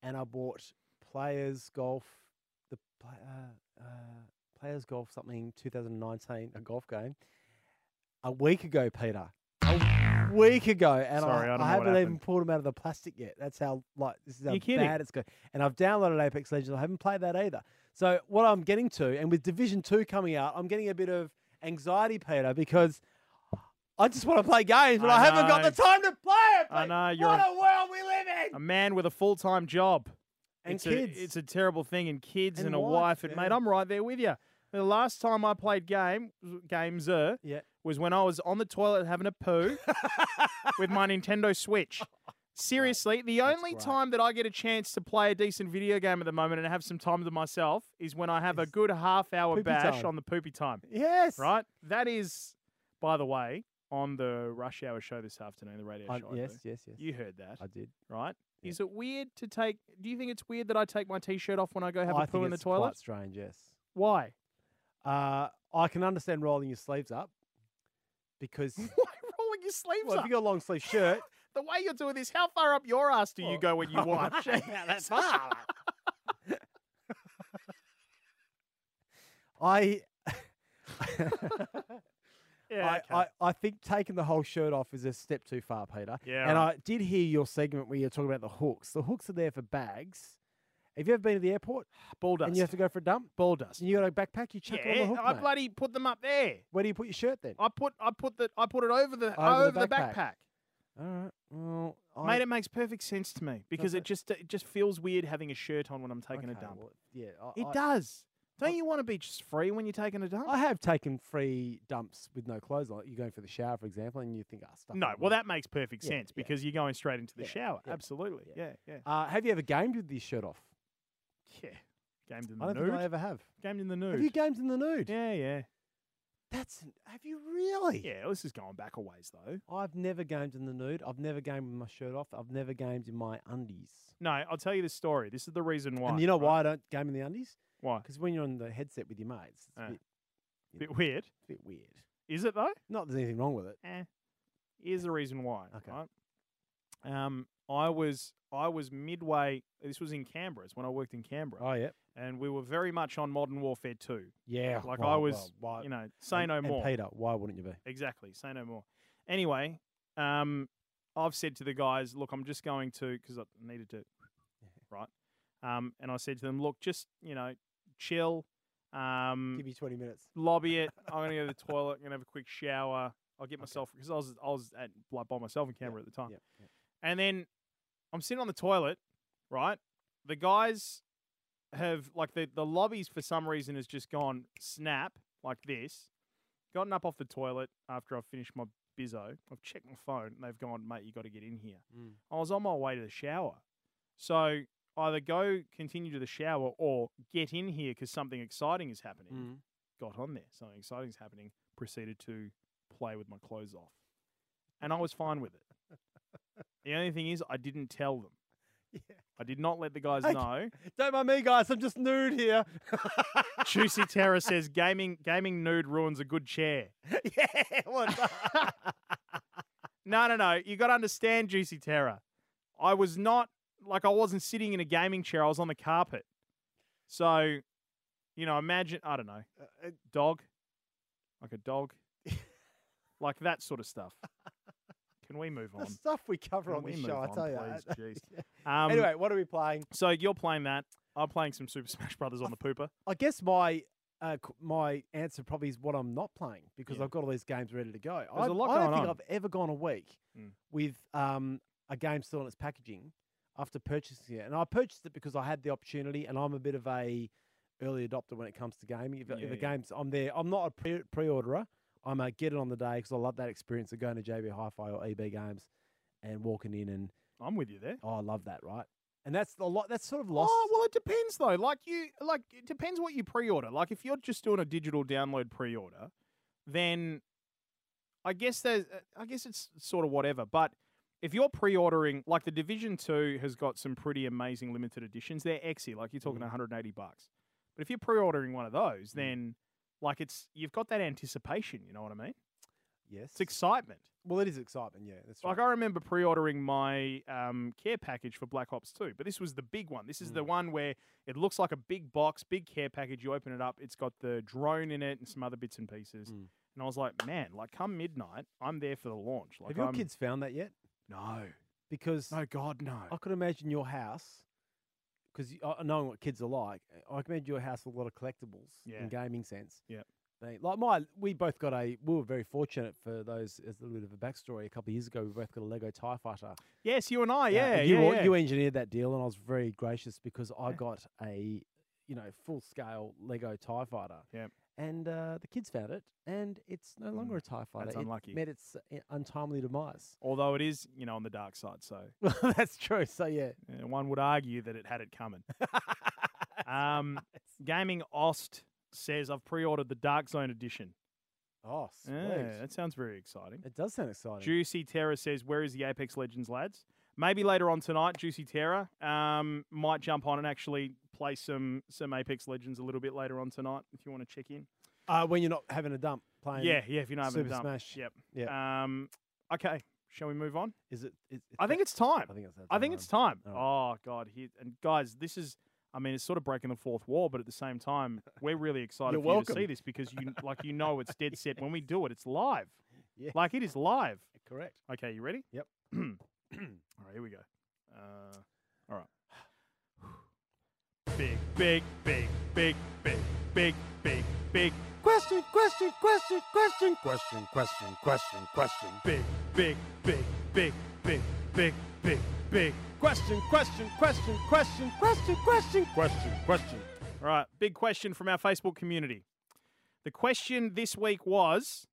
and I bought Players Golf. The pla uh, uh, Players Golf something 2019, a golf game. A week ago, Peter. A week ago, and Sorry, I I, don't I, know what haven't even happened. pulled them out of the plastic yet. That's how like this is how You're kidding. bad it's going. And I've downloaded Apex Legends. I haven't played that either. So what I'm getting to, and with Division Two coming out, I'm getting a bit of anxiety, Peter, because I just want to play games, but I, I haven't got know. the time to play it. I mate. know, you're What a- a world we live in. A man with a full time job. And it's kids. A, it's a terrible thing. And kids and, And a wife. wife, And yeah. mate, I'm right there with you. The last time I played game games er Yeah. was when I was on the toilet having a poo with my Nintendo Switch. Seriously, the only great. time that I get a chance to play a decent video game at the moment and have some time to myself is when I have a good half hour poopy bash time. on the poopy time. Yes. Right? That is, by the way, on the rush hour show this afternoon, the radio I- show. I yes, do. yes, yes. You heard that I did. right? Yeah. Is it weird to take? Do you think it's weird that I take my t-shirt off when I go have I a poo think in the it's quite toilet? strange, yes. Why? Uh, I can understand rolling your sleeves up because Why rolling your sleeves well, if up? you got a long sleeve shirt, the way you're doing this, how far up your ass do you Well, go when you watch? yeah, that's far. I, yeah, okay. I, I, I think taking the whole shirt off is a step too far, Peter. Yeah, And right. I did hear your segment where you're talking about the hooks. The hooks are there for bags. Have you ever been to the airport ball dust. and you have to go for a dump? ball dust. And you got a backpack, you chuck all the yeah, hook. I mate. bloody put them up there. Where do you put your shirt then? I put I put the I put it over the over, Over the the backpack. backpack. All right. Well, I, Mate, Oh. it makes perfect sense to me because it just it just feels weird having a shirt on when I'm taking a okay, dump. well, yeah, I, it I- does. Don't you want to be just free when you're taking a dump? I have taken free dumps with no clothes on. You're going for the shower, for example, and you think, ah, stuff. No, it, well mate." that makes perfect Yeah, sense yeah. because you're going straight into the Yeah, shower. yeah, Absolutely. Yeah, yeah. yeah. Uh, have you ever gamed with your shirt off? Yeah. Gamed in I the don't think I nude. ever have. Gamed in the nude. Have you gamed in the nude? yeah, yeah. That's. Have you really? Yeah, this is going back a ways though. I've never gamed in the nude. I've never gamed with my shirt off. I've never gamed in my undies. No, I'll tell you the story. This is the reason why. and you know right? why I don't game in the undies? Why? Because when you're on the headset with your mates, it's Ah. a bit, Bit weird. bit weird. Is it though? Not that there's anything wrong with it. Eh. Here's the reason why. Okay. right? Um I was I was midway this was in Canberra, it's when I worked in Canberra. Oh yeah, And we were very much on Modern Warfare two. yeah. Like well, I was well, why- you know, say and- no and more. Peter, why wouldn't you be? Exactly. Say no more. Anyway, um, I've said to the guys, look, I'm just going to because I needed to, right? Um, and I said to them, look, just you know, chill, um, Give you 20 minutes. lobby it. I'm gonna go to the toilet. I'm gonna have a quick shower. I'll get myself because I was I was at like by myself in Canberra at the time, Yep, yep. and then I'm sitting on the toilet, right? The guys have like the the lobbies for some reason has just gone snap like this. Gotten up off the toilet after I've finished my bizzo. I've checked my phone and they've gone, mate, you got to get in here. Mm. I was on my way to the shower, so either go continue to the shower or get in here because something exciting is happening got on there. Something exciting's happening. Proceeded to play with my clothes off, and I was fine with it. the only thing is, I didn't tell them. Yeah. I did not let the guys Okay. know. Don't mind me, guys. I'm just nude here. Juicy Terror says gaming gaming nude ruins a good chair. yeah, what? No, no, no. You got to understand, Juicy Terror. I was not like I wasn't sitting in a gaming chair. I was on the carpet. So, you know, imagine I don't know, Uh, dog, like a dog, like that sort of stuff. Can we move the on? stuff we cover Can on we this move show, I on, tell you. please? Um, anyway, what are we playing? so you're playing that. I'm playing some Super Smash Brothers on the pooper. I guess my uh, c- my answer probably is what I'm not playing because Yeah. I've got all these games ready to go. There's a I've- lot I don't going think on. I've ever gone a week Mm. with um, a game still in its packaging after purchasing it. And I purchased it because I had the opportunity, and I'm a bit of a early adopter when it comes to gaming. If, Yeah, if yeah. the game's, I'm there. I'm not a pre- pre-orderer. I'm a get it on the day because I love that experience of going to JB Hi-Fi or EB Games and walking in, and I'm with you there. oh, I love that, right? And that's a lot. That's sort of lost. Oh well, it depends though. Like you, like it depends what you pre-order. Like if you're just doing a digital download pre-order, then I guess there's, uh, I guess it's sort of whatever. But if you're pre-ordering, like the Division Two has got some pretty amazing limited editions. They're exy, like you're talking 180 bucks. But if you're pre-ordering one of those, then like it's you've got that anticipation. You know what I mean? yes. It's excitement. well, it is excitement. Yeah, that's right. Like I remember pre-ordering my um, care package for Black Ops 2, but this was the big one. This is Mm. the one where it looks like a big box, big care package. You open it up, it's got the drone in it and some other bits and pieces. Mm. And I was like, man, like come midnight, I'm there for the launch. Like, Have your I'm- kids found that yet? No, Oh, Because no, God, no. I could imagine your house, because knowing what kids are like, I can imagine your house with a lot of collectibles Yeah. in gaming sense. Yep. They, like my, we both got a. We were very fortunate for those. As a little bit of a backstory, a couple of years ago, we both got a Lego Tie Fighter. Yes, you and I. Uh, Oh, Yeah, yeah, you yeah, en- you engineered that deal, and I was very gracious because I Yeah. got a, you know, full scale Lego Tie Fighter. Yeah. And uh, the kids found it, and it's no longer a Tie Fighter. it Hmm. unlucky. Met its uh, untimely demise. Although it is, you know, on the dark side, so Well, that's true. So yeah, uh, one would argue that it had it coming. um, Gaming Ost says I've pre-ordered the Dark Zone edition. oh, sweet. Yeah, that sounds very exciting. It does sound exciting. Juicy Terra says, "Where is the Apex Legends, lads? Maybe later on tonight, Juicy Terra um, might jump on and actually play some some Apex Legends a little bit later on tonight. If you want to check in, uh, when you're not having a dump playing. yeah, yeah. If you know, Super Smash. Yep. yeah. Um, okay. Shall we move on? Is it? Is, is I think that- it's time. I think it's. that I think it's time. All Oh God, here and guys, this is. I mean, it's sort of breaking the fourth wall, but at the same time, we're really excited You're for welcome. you to see this because you, like, you know, it's dead set. When we do it, it's live. Yes. Like it is live. Correct. Okay, you ready? Yep. all right, here we go. Uh, all right. Big, big, big, big, big, big, big, big, Question. Question. Question. Question. Question. Question. Question. Question. big, big, big, big, big, big, big, big. Question, question, question, question, question, question, question, question. All right, big question from our Facebook community. The question this week was,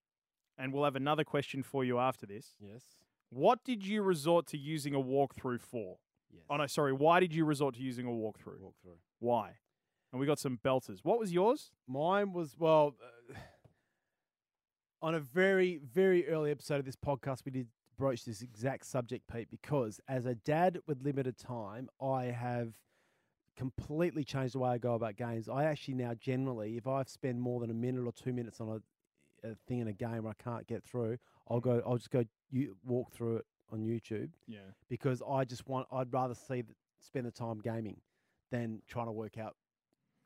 and we'll have another question for you after this. Yes. What did you resort to using a walkthrough for? Yes. Oh no, sorry. Why did you resort to using a walkthrough? Walkthrough. Why? And we got some belters. What was yours? Mine was, well, uh, on a very, very early episode of this podcast, we did broach this exact subject, Pete, because as a dad with limited time, I have completely changed the way I go about games. I actually now generally, if I've spent more than a minute or two minutes on a, a thing in a game where I can't get through, I'll go, I'll just go you, walk through it on YouTube. Yeah. because I just want I'd rather see th- spend the time gaming than trying to work out.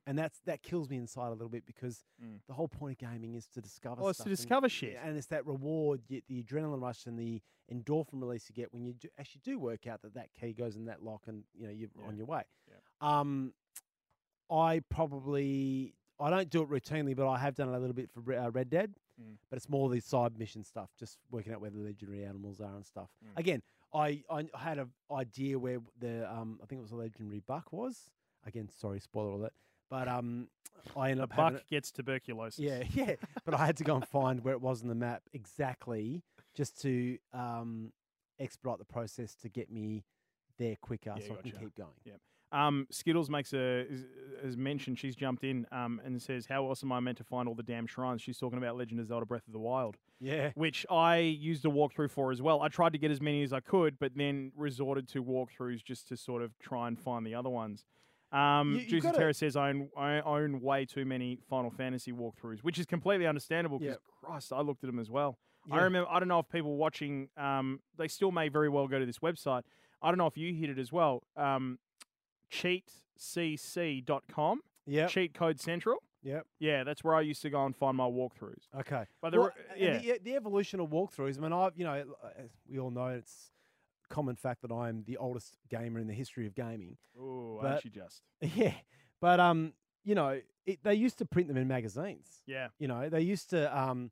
And that's that kills me inside a little bit because Mm. the whole point of gaming is to discover. Oh, it's to stuff and- discover yeah, shit. and it's that reward, yet the adrenaline rush and the endorphin release you get when you do, actually do work out that that key goes in that lock, and you know you're Yeah. on your way. Yeah. Um, I probably I don't do it routinely, but I have done it a little bit for Re- uh, Red Dead, Mm. but it's more the side mission stuff, just working out where the legendary animals are and stuff. Mm. Again, I I had an idea where the um I think it was a legendary buck was. Again, sorry, spoiler alert. But um, I ended up having Buck gets tuberculosis. yeah, yeah. But I had to go and find where it was in the map exactly just to um, expedite the process to get me there quicker Yeah, so I can gotcha. keep going. Um, Skittles makes a is- has mentioned she's jumped in um, and says, "How else am I meant to find all the damn shrines?" She's talking about Legend of Zelda: Breath of the Wild, Yeah. which I used a walkthrough for as well. I tried to get as many as I could, but then resorted to walkthroughs just to sort of try and find the other ones. Um, You- you Juicy gotta- Terra says, I own, "I own way too many Final Fantasy walkthroughs," which is completely understandable because Yep. Christ, I looked at them as well. I Yeah. remember. I don't know if people watching, um, they still may very well go to this website. I don't know if you hit it as well. Um, cheatcc.com, Yep. cheat code central. Yep. Yeah, that's where I used to go and find my walkthroughs. Okay. But uh, there Well, were, a- and yeah, The, uh, the evolution of walkthroughs. I mean, I've you know, l- as we all know it's common fact that I am the oldest gamer in the history of gaming. Ooh, but- actually just Yeah. But um, you know, it, they used to print them in magazines. yeah, You know, they used to. Um,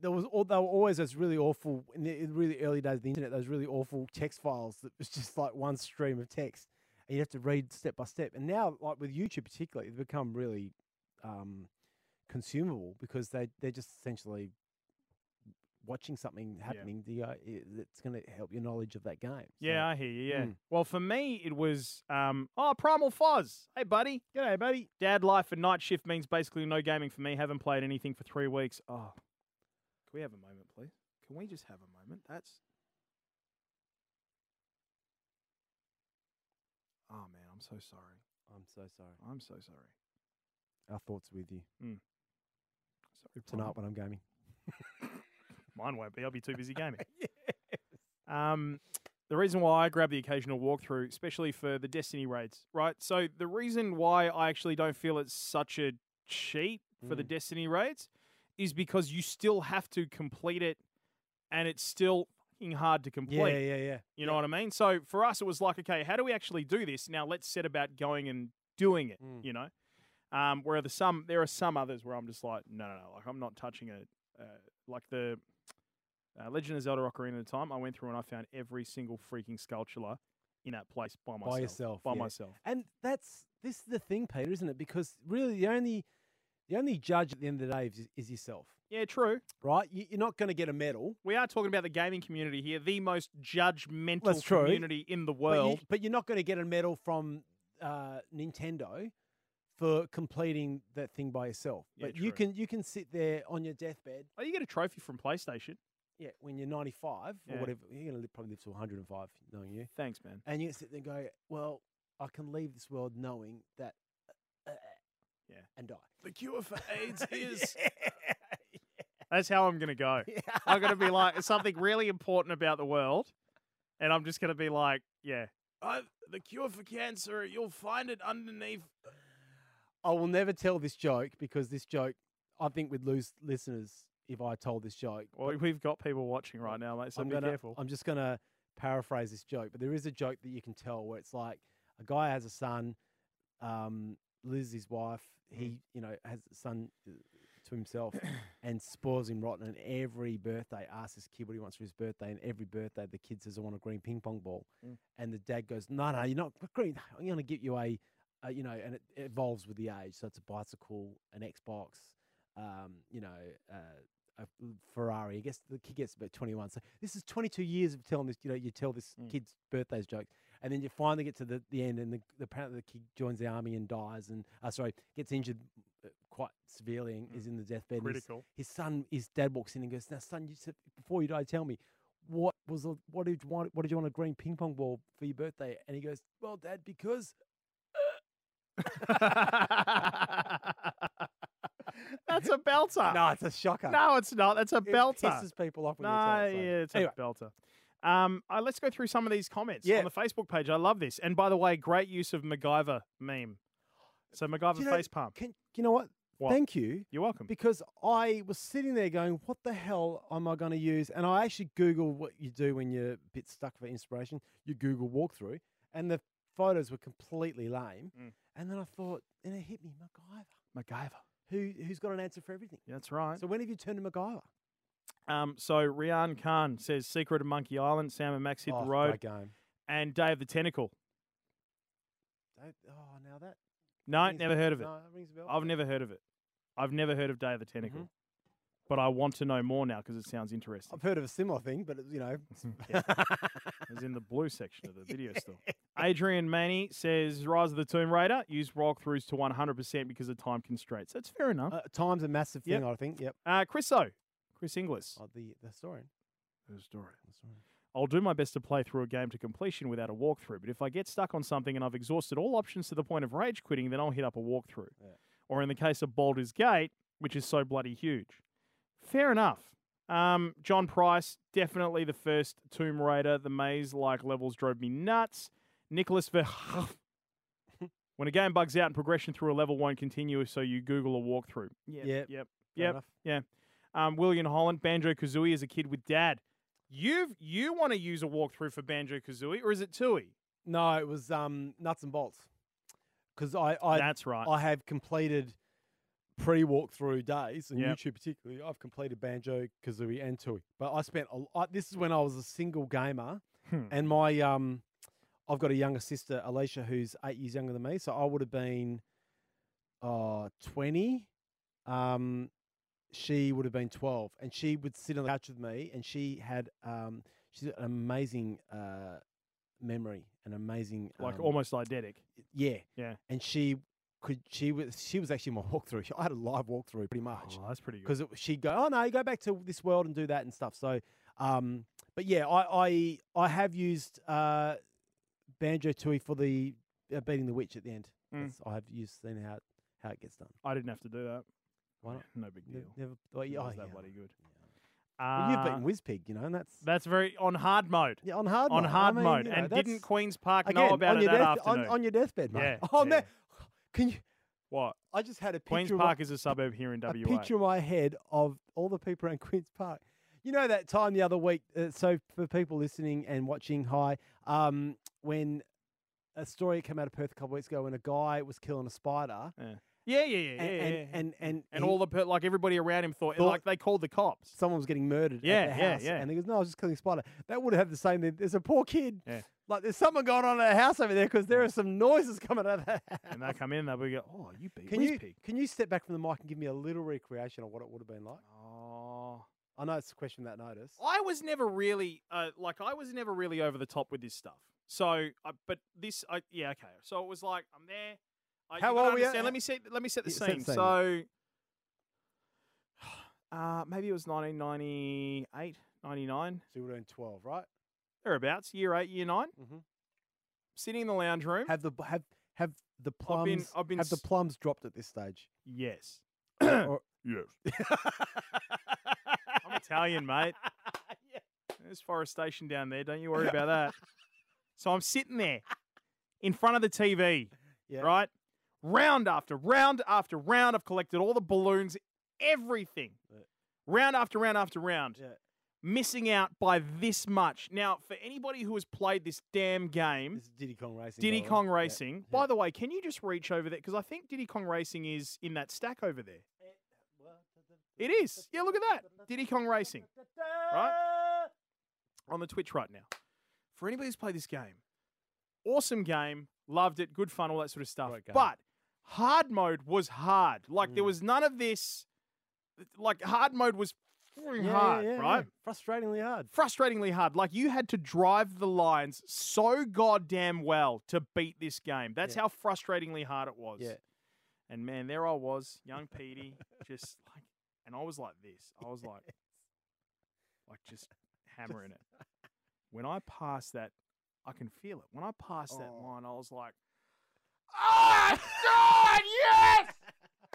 there was all, there were always those really awful in the in really early days of the internet. Those really awful text files that was just like one stream of text, and you have to read step by step. And now, like with YouTube particularly, they've become really um, consumable because they they're just essentially watching something happening. The uh, i- that's going to help your knowledge of that game. So, yeah. I hear you. Yeah. Mm. Well, for me, it was um, oh, Primal Fuzz. Hey, buddy. G'day, buddy. Dad life and night shift means basically no gaming for me. Haven't played anything for three weeks. Oh, can we have a moment, please? Can we just have a moment? That's. Oh man, I'm so sorry. I'm so sorry. I'm so sorry. Our thoughts with you Sorry, tonight when I'm gaming. Mine won't be. I'll be too busy gaming. Um, the reason why I grab the occasional walkthrough, especially for the Destiny raids, right? So the reason why I actually don't feel it's such a cheat for the Destiny raids is because you still have to complete it, and it's still fucking hard to complete. Yeah, yeah, yeah. You know what I mean? So for us, it was like, okay, how do we actually do this? Now let's set about going and doing it. Mm. You know, Um, where the some there are some others where I'm just like, no, no, no, like I'm not touching it. Uh, like the uh, Legend of Zelda: Ocarina of Time, I went through and I found every single freaking sculpture in that place by myself. yourself, By yeah. myself. And that's this is the thing, Peter, isn't it? Because really, the only the only judge at the end of the day is, is yourself, Yeah, true. right? You, you're not going to get a medal, We are talking about the gaming community here, the most judgmental That's true. community in the but you- world. but you're not going to get a medal from uh, Nintendo for completing that thing by yourself. Yeah, but true. you can you can sit there on your deathbed, Oh, you get a trophy from PlayStation. yeah, when you're 95 Yeah. or whatever. You're going to live, probably live to 105, knowing you. Thanks, man. And you sit there and go, well, I can leave this world knowing that, uh, uh, Yeah. and die. The cure for AIDS is. That's how I'm gonna go. Yeah. I'm gonna be like something really important about the world, and I'm just gonna be like, yeah. the cure for cancer, you'll find it underneath. I will never tell this joke because this joke, I think, would lose listeners if I told this joke. Well, we've got people watching right now, mate. So I'm be gonna, careful. I'm just gonna paraphrase this joke, but there is a joke that you can tell where it's like a guy has a son, um, loses his wife. He, you know, has a son uh, to himself and spoils him rotten. And every birthday asks his kid what he wants for his birthday, and every birthday the kid says, "I want a green ping pong ball," Mm. and the dad goes, "No, no, you're not green. I'm gonna give you a." Uh, you know, and it, it evolves with the age. So it's a bicycle, an Xbox, um, you know, uh, a f- Ferrari. I guess the kid gets about 21. So this is 22 years of telling this, you know, you tell this Mm. kid's birthday's joke. And then you finally get to the, the end, and the, the, apparently the kid joins the army and dies, and uh, sorry, gets injured uh, quite severely and is in the deathbed. and his- Critical. His, son, his dad walks in and goes, "Now, son, you said, before you die, tell me what was the, what did you want? What did you want a green ping pong ball for your birthday?" And he goes, "Well, dad, because That's a belter. no, it's a shocker. No, it's not. That's a it Ah. belter. pisses people off when you Nah, tell it. so. yeah, it's anyway, a belter. Um, uh, let's go through some of these comments Yeah. on the Facebook page. I love this. And by the way, great use of MacGyver meme. So MacGyver you know- face palm. can, you know what? What? Thank you. You're welcome. because I was sitting there going, "What the hell am I going to use?" And I actually Googled what you do when you're a bit stuck for inspiration. You Google walkthrough, and the photos were completely lame. Mm. And then I thought, and it hit me, MacGyver, MacGyver. who who's got an answer for everything. That's right. So when have you turned to MacGyver? um, so Rian Khan says Secret of Monkey Island, Sam and Max hit oh, the road, great game. and Day of the Tentacle. Don't- oh, now that No, rings a never bell. heard of it. No, that rings a bell. I've never heard of it. I've never heard of Day of the Tentacle. Mm-hmm. But I want to know more now because it sounds interesting. I've heard of a similar thing, but you know, It was in the blue section of the video store. Adrian Maney says Rise of the Tomb Raider use walkthroughs to 100% because of time constraints. That's fair enough. uh, time's a massive Yep. thing. I think. Yep. Uh, Chris O, Chris Inglis. Oh, the the story. story. The historian. I'll do my best to play through a game to completion without a walkthrough, but if I get stuck on something and I've exhausted all options to the point of rage quitting, then I'll hit up a walkthrough. Yeah. Or in the case of Baldur's Gate, which is so bloody huge. Fair enough. Um, John Price, definitely the first Tomb Raider. The maze like levels drove me nuts. Nicholas Verhoeven. when a game bugs out and progression through a level won't continue, so you Google a walkthrough. Yep. Yep. Fair Yep. enough. Um, William Holland, Banjo Kazooie as a kid with dad. You've you want to use a walkthrough for Banjo Kazooie, or is it Tui? No, it was um, nuts and bolts. Because I I, That's right. I have completed pre walkthrough days, and Yep. YouTube particularly, I've completed Banjo Kazooie and Tui. But I spent a lot. This is when I was a single gamer, Hmm. and my um, I've got a younger sister, Alicia, who's eight years younger than me. So I would have been, uh, twenty. Um, she would have been twelve, and she would sit on the couch with me, and she had um, she's got an amazing uh memory, an amazing like um, almost eidetic. yeah. Yeah. And she could she was she was actually my walkthrough. I had a live walkthrough pretty much Oh, that's pretty good. because she'd go, oh no, you go back to this world and do that and stuff. So, um, but yeah, I I I have used uh, Banjo Tooie for the uh, beating the witch at the end. Mm. That's- I have used seen how it- how it gets done. I didn't have to do that. Why not? No big deal. Ne- Never. Oh, It yeah, oh, was yeah. that bloody good. Well, you've Uh, beaten Whizpig, you know, and that's that's very on hard mode. yeah, on hard on mode. I hard mean, mode, you know, and that's- didn't Queens Park again, know about on it your that death- on- afternoon? on your deathbed, mate. Yeah, oh yeah. man, can you? what? I just had a picture. Queens of Park is a suburb here in a WA. picture in my head of all the people around Queen's Park. You know that time the other week. Uh, so for people listening and watching, hi. Um, when a story came out of Perth a couple weeks ago, when a guy was killing a spider, Yeah. Yeah, yeah, yeah, yeah, and yeah, and, yeah. and, and, And he- all the pe- like everybody around him thought, Thought- like they called the cops. someone was getting murdered. Yeah, at the yeah, house. yeah. And he goes, "No, I was just killing a spider." That would have the same. thing. There's a poor kid. Yeah. Like there's something going on in the house over there because there are some noises coming out of the house. And they come in and they'll be go, oh, you big Can you pig. can you step back from the mic and give me a little recreation of what it would have been like? Oh. I know it's a question that notice. I was never really uh, like I was never really over the top with this stuff. So, I but this, I, yeah, okay. So it was like I'm there. I, How you gotta old were you? understand, Let me set let me set the Yeah, set scene. the scene, so, uh, maybe it was 1998, 99, So you would have been twelve, right? thereabouts, year eight, year 9 Mhm. Sitting in the lounge room. Have the have have the plums been- I've been have the s- plums dropped at this stage? yes, Or- I'm Italian, mate. There's forestation down there. Don't you worry about that. So I'm sitting there in front of the TV, Yeah. right? Round after round after round. I've collected all the balloons, everything. Yeah. Round after round after round. Yeah. Missing out by this much. Now, for anybody who has played this damn game, This is Diddy Kong Racing. Hmm? by Diddy the way. Kong Yeah. Racing, yeah. by the way, can you just reach over there? Because I think Diddy Kong Racing is in that stack over there. It is. Yeah, look at that. Diddy Kong Racing. Right? On the Twitch right now. For anybody who's played this game, awesome game. Loved it. Good fun, all that sort of stuff. Great game. But hard mode was hard. Like, there Mm. was none of this. Like, hard mode was Yeah, freaking yeah, hard, yeah, yeah. right? Frustratingly hard. frustratingly hard. Like you had to drive the lines so goddamn well to beat this game. That's Yeah. how frustratingly hard it was. Yeah. And man, there I was, young Petey, just like, and I was like this. I was like, like just hammering it. When I passed that, I can feel it. When I passed that Oh. line, I was like, ah, God, yes!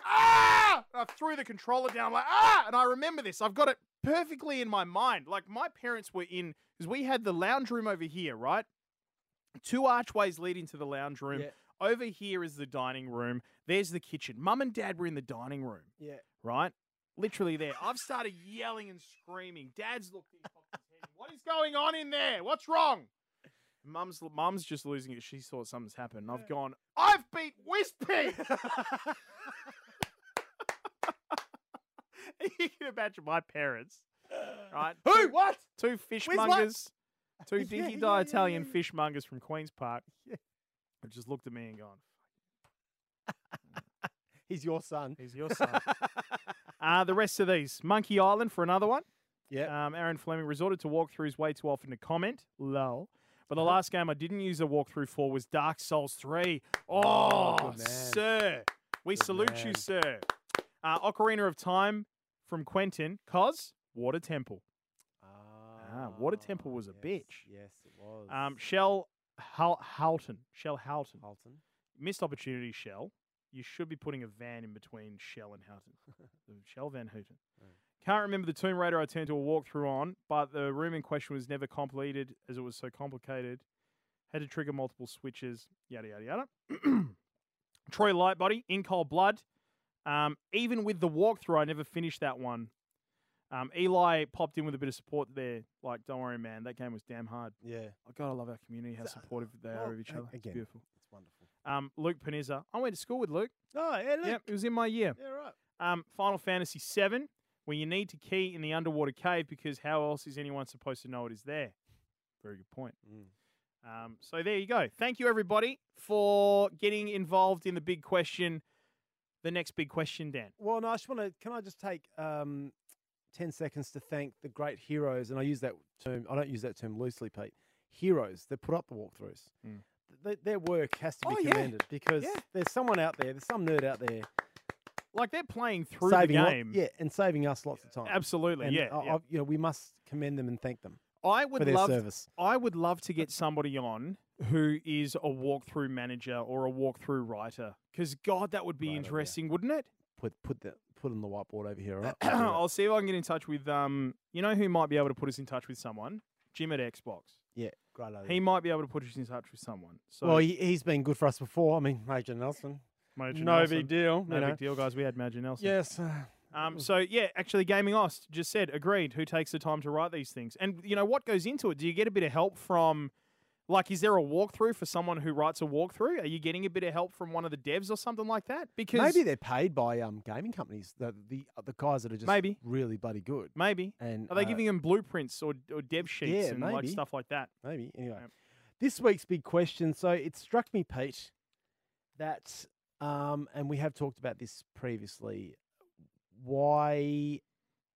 ah! And I threw the controller down, like, ah! And I remember this. I've got it perfectly in my mind. Like, my parents were in, because we had the lounge room over here, right? Two archways leading to the lounge room. Yeah. Over here is the dining room. There's the kitchen. Mum and dad were in the dining room, Yeah. right? Literally there. I've started yelling and screaming. Dad's looked at his fucking head. What is going on in there? What's wrong? Mum's mum's just losing it. She thought something's happened. I've gone, I've beat Wispy! you can imagine my parents, right? Who? Two- What? Two what? fishmongers, two Yeah, dinky yeah, die yeah, Italian yeah. fishmongers from Queen's Park, have just looked at me and gone, He's your son. He's your son. uh, the rest of these Monkey Island for another one. Yeah. Um, Aaron Fleming resorted to walkthroughs way too often to comment. Lol. But Uh-huh. the last game I didn't use a walkthrough for was Dark Souls 3. Oh, Oh, good man. sir. We Good salute you, man. sir. Uh, Ocarina of Time from Quentin. Cos, Water Temple. Ah, Water Temple was a yes, bitch. Yes, it was. Um, Shell Hal- Halton. Shell Halton. Halton. Missed opportunity, Shell. You should be putting a van in between Shell and Houghton. The Shell Van Houghton. Right. Can't remember the Tomb Raider I turned to a walkthrough on, but the room in question was never completed as it was so complicated. Had to trigger multiple switches, yada, yada, yada. Troy Lightbody, In Cold Blood. Um, even with the walkthrough, I never finished that one. Um, Eli popped in with a bit of support there. Like, don't worry, man, that game was damn hard. Yeah, it's Oh, God, I love our community, how So- supportive they well, are of each a- other. It's again, beautiful. wonderful. Um, Luke Panizza. I went to school with Luke. Oh, yeah, look. Yep, it was in my year. Yeah, right. Um, Final Fantasy VII, where you need to key in the underwater cave because how else is anyone supposed to know it is there? Very good point. Mm. Um, so there you go. Thank you everybody for getting involved in the big question. The next big question, Dan. Well, no, I just want to. Can I just take um, ten seconds to thank the great heroes, and I use that term. I don't use that term loosely, Pete. Heroes that put up the walkthroughs. Mm. Th- Th- their work has to be Oh, yeah. commended because Yeah. there's someone out there, there's some nerd out there Like they're playing through saving the lot- game. yeah, and saving us lots of time. Absolutely. And yeah. I, yeah. I, you know, we must commend them and thank them I for would their love service. I would love to get somebody on who is a walkthrough manager or a walkthrough writer. Because God, that would be Right idea. interesting, wouldn't it? Put put the put on the whiteboard over here. all Right? We'll do that. I'll see if I can get in touch with um. You know who might be able to put us in touch with someone? Jim at Xbox. yeah, great idea. He might be able to put us in touch with someone. So well, he, he's been good for us before. I mean, Major Nelson. Major no Nelson. big deal. No you know. big deal, guys. We had Major Nelson. Yes. uh, Um. So yeah, actually, Gaming Ost just said agreed. Who takes the time to write these things? And you know what goes into it? Do you get a bit of help from Like, is there a walkthrough for someone who writes a walkthrough? Are you getting a bit of help from one of the devs or something like that? Because Maybe they're paid by um gaming companies. The the, uh, the guys that are just Maybe. really bloody good. maybe And are they uh, giving them blueprints or, or dev sheets Yeah, and like maybe. stuff like that? Maybe. Anyway, Yep. this week's big question. So it struck me, Pete, that, um, and we have talked about this previously, why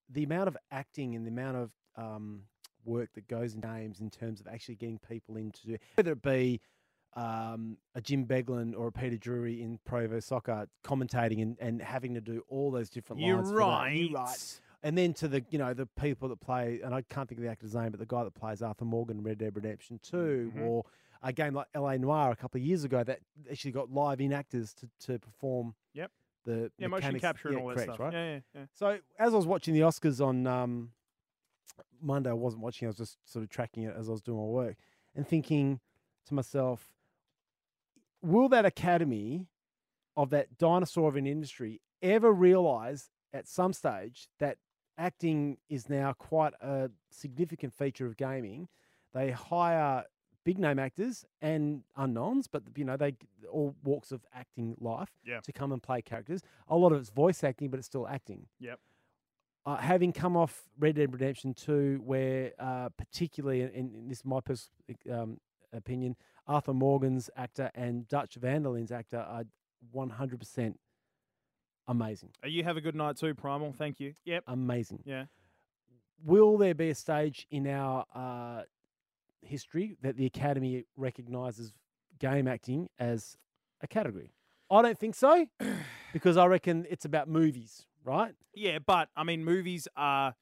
the amount of acting and the amount of um, work that goes in games in terms of actually getting people into, whether it be um, a Jim Beglin or a Peter Drury in Provo Soccer commentating and, and having to do all those different You're lines. for right. that, you right and then to the you know the people that play, and I can't think of the actor's name, but the guy that plays Arthur Morgan in Red Dead Redemption 2 Mhm. or a game like La Noir a couple of years ago that actually got live in actors to to perform. Yep. The Yeah, motion mechanics- capture and yeah, all that correct, stuff. right? Yeah, yeah, yeah. So as I was watching the Oscars on um, Monday, I wasn't watching. I was just sort of tracking it as I was doing my work and thinking to myself, will that academy of that dinosaur of an industry ever realize at some stage that acting is now quite a significant feature of gaming? They hire big name actors and unknowns, but you know they all walks of acting life Yeah. to come and play characters. A lot of it's voice acting, but it's still acting. Yep. Uh, having come off Red Dead Redemption 2, where uh, particularly, and, and this is my personal um, opinion, Arthur Morgan's actor and Dutch Vanderlyn's actor are 100% amazing. Uh, You have a good night too, Primal. Thank you. Yep. Amazing. Yeah. Will there be a stage in our uh, history that the Academy recognises game acting as a category? I don't think so, because I reckon it's about movies, right? Yeah, but I mean, movies are.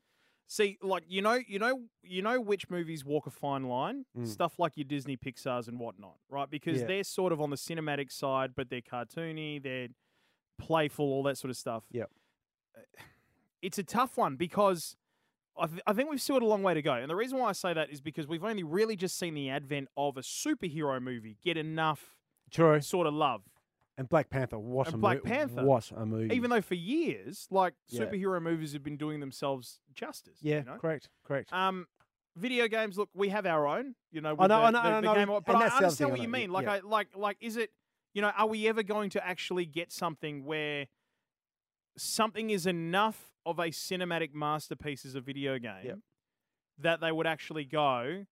See, like you know, you know, you know which movies walk a fine line. Mm. Stuff like your Disney, Pixar's, and whatnot, right? Because Yeah. they're sort of on the cinematic side, but they're cartoony, they're playful, all that sort of stuff. Uh, Yep. It's a tough one because I, th- I think we've still got a long way to go, and the reason why I say that is because we've only really just seen the advent of a superhero movie get enough True. sort of love. And Black Panther, what And a Black mo- Panther, What a movie. Even though for years, like Yeah. superhero movies have been doing themselves justice. yeah, you know? correct, correct. Um, video games. Look, we have our own. You know, I with know, the, I know, the- I the know, game, and but I that's the other understand thing what I you know, mean. yeah, Like, yeah. I like, like, is it? You know, are we ever going to actually get something where something is enough of a cinematic masterpiece as a video game that they would actually go?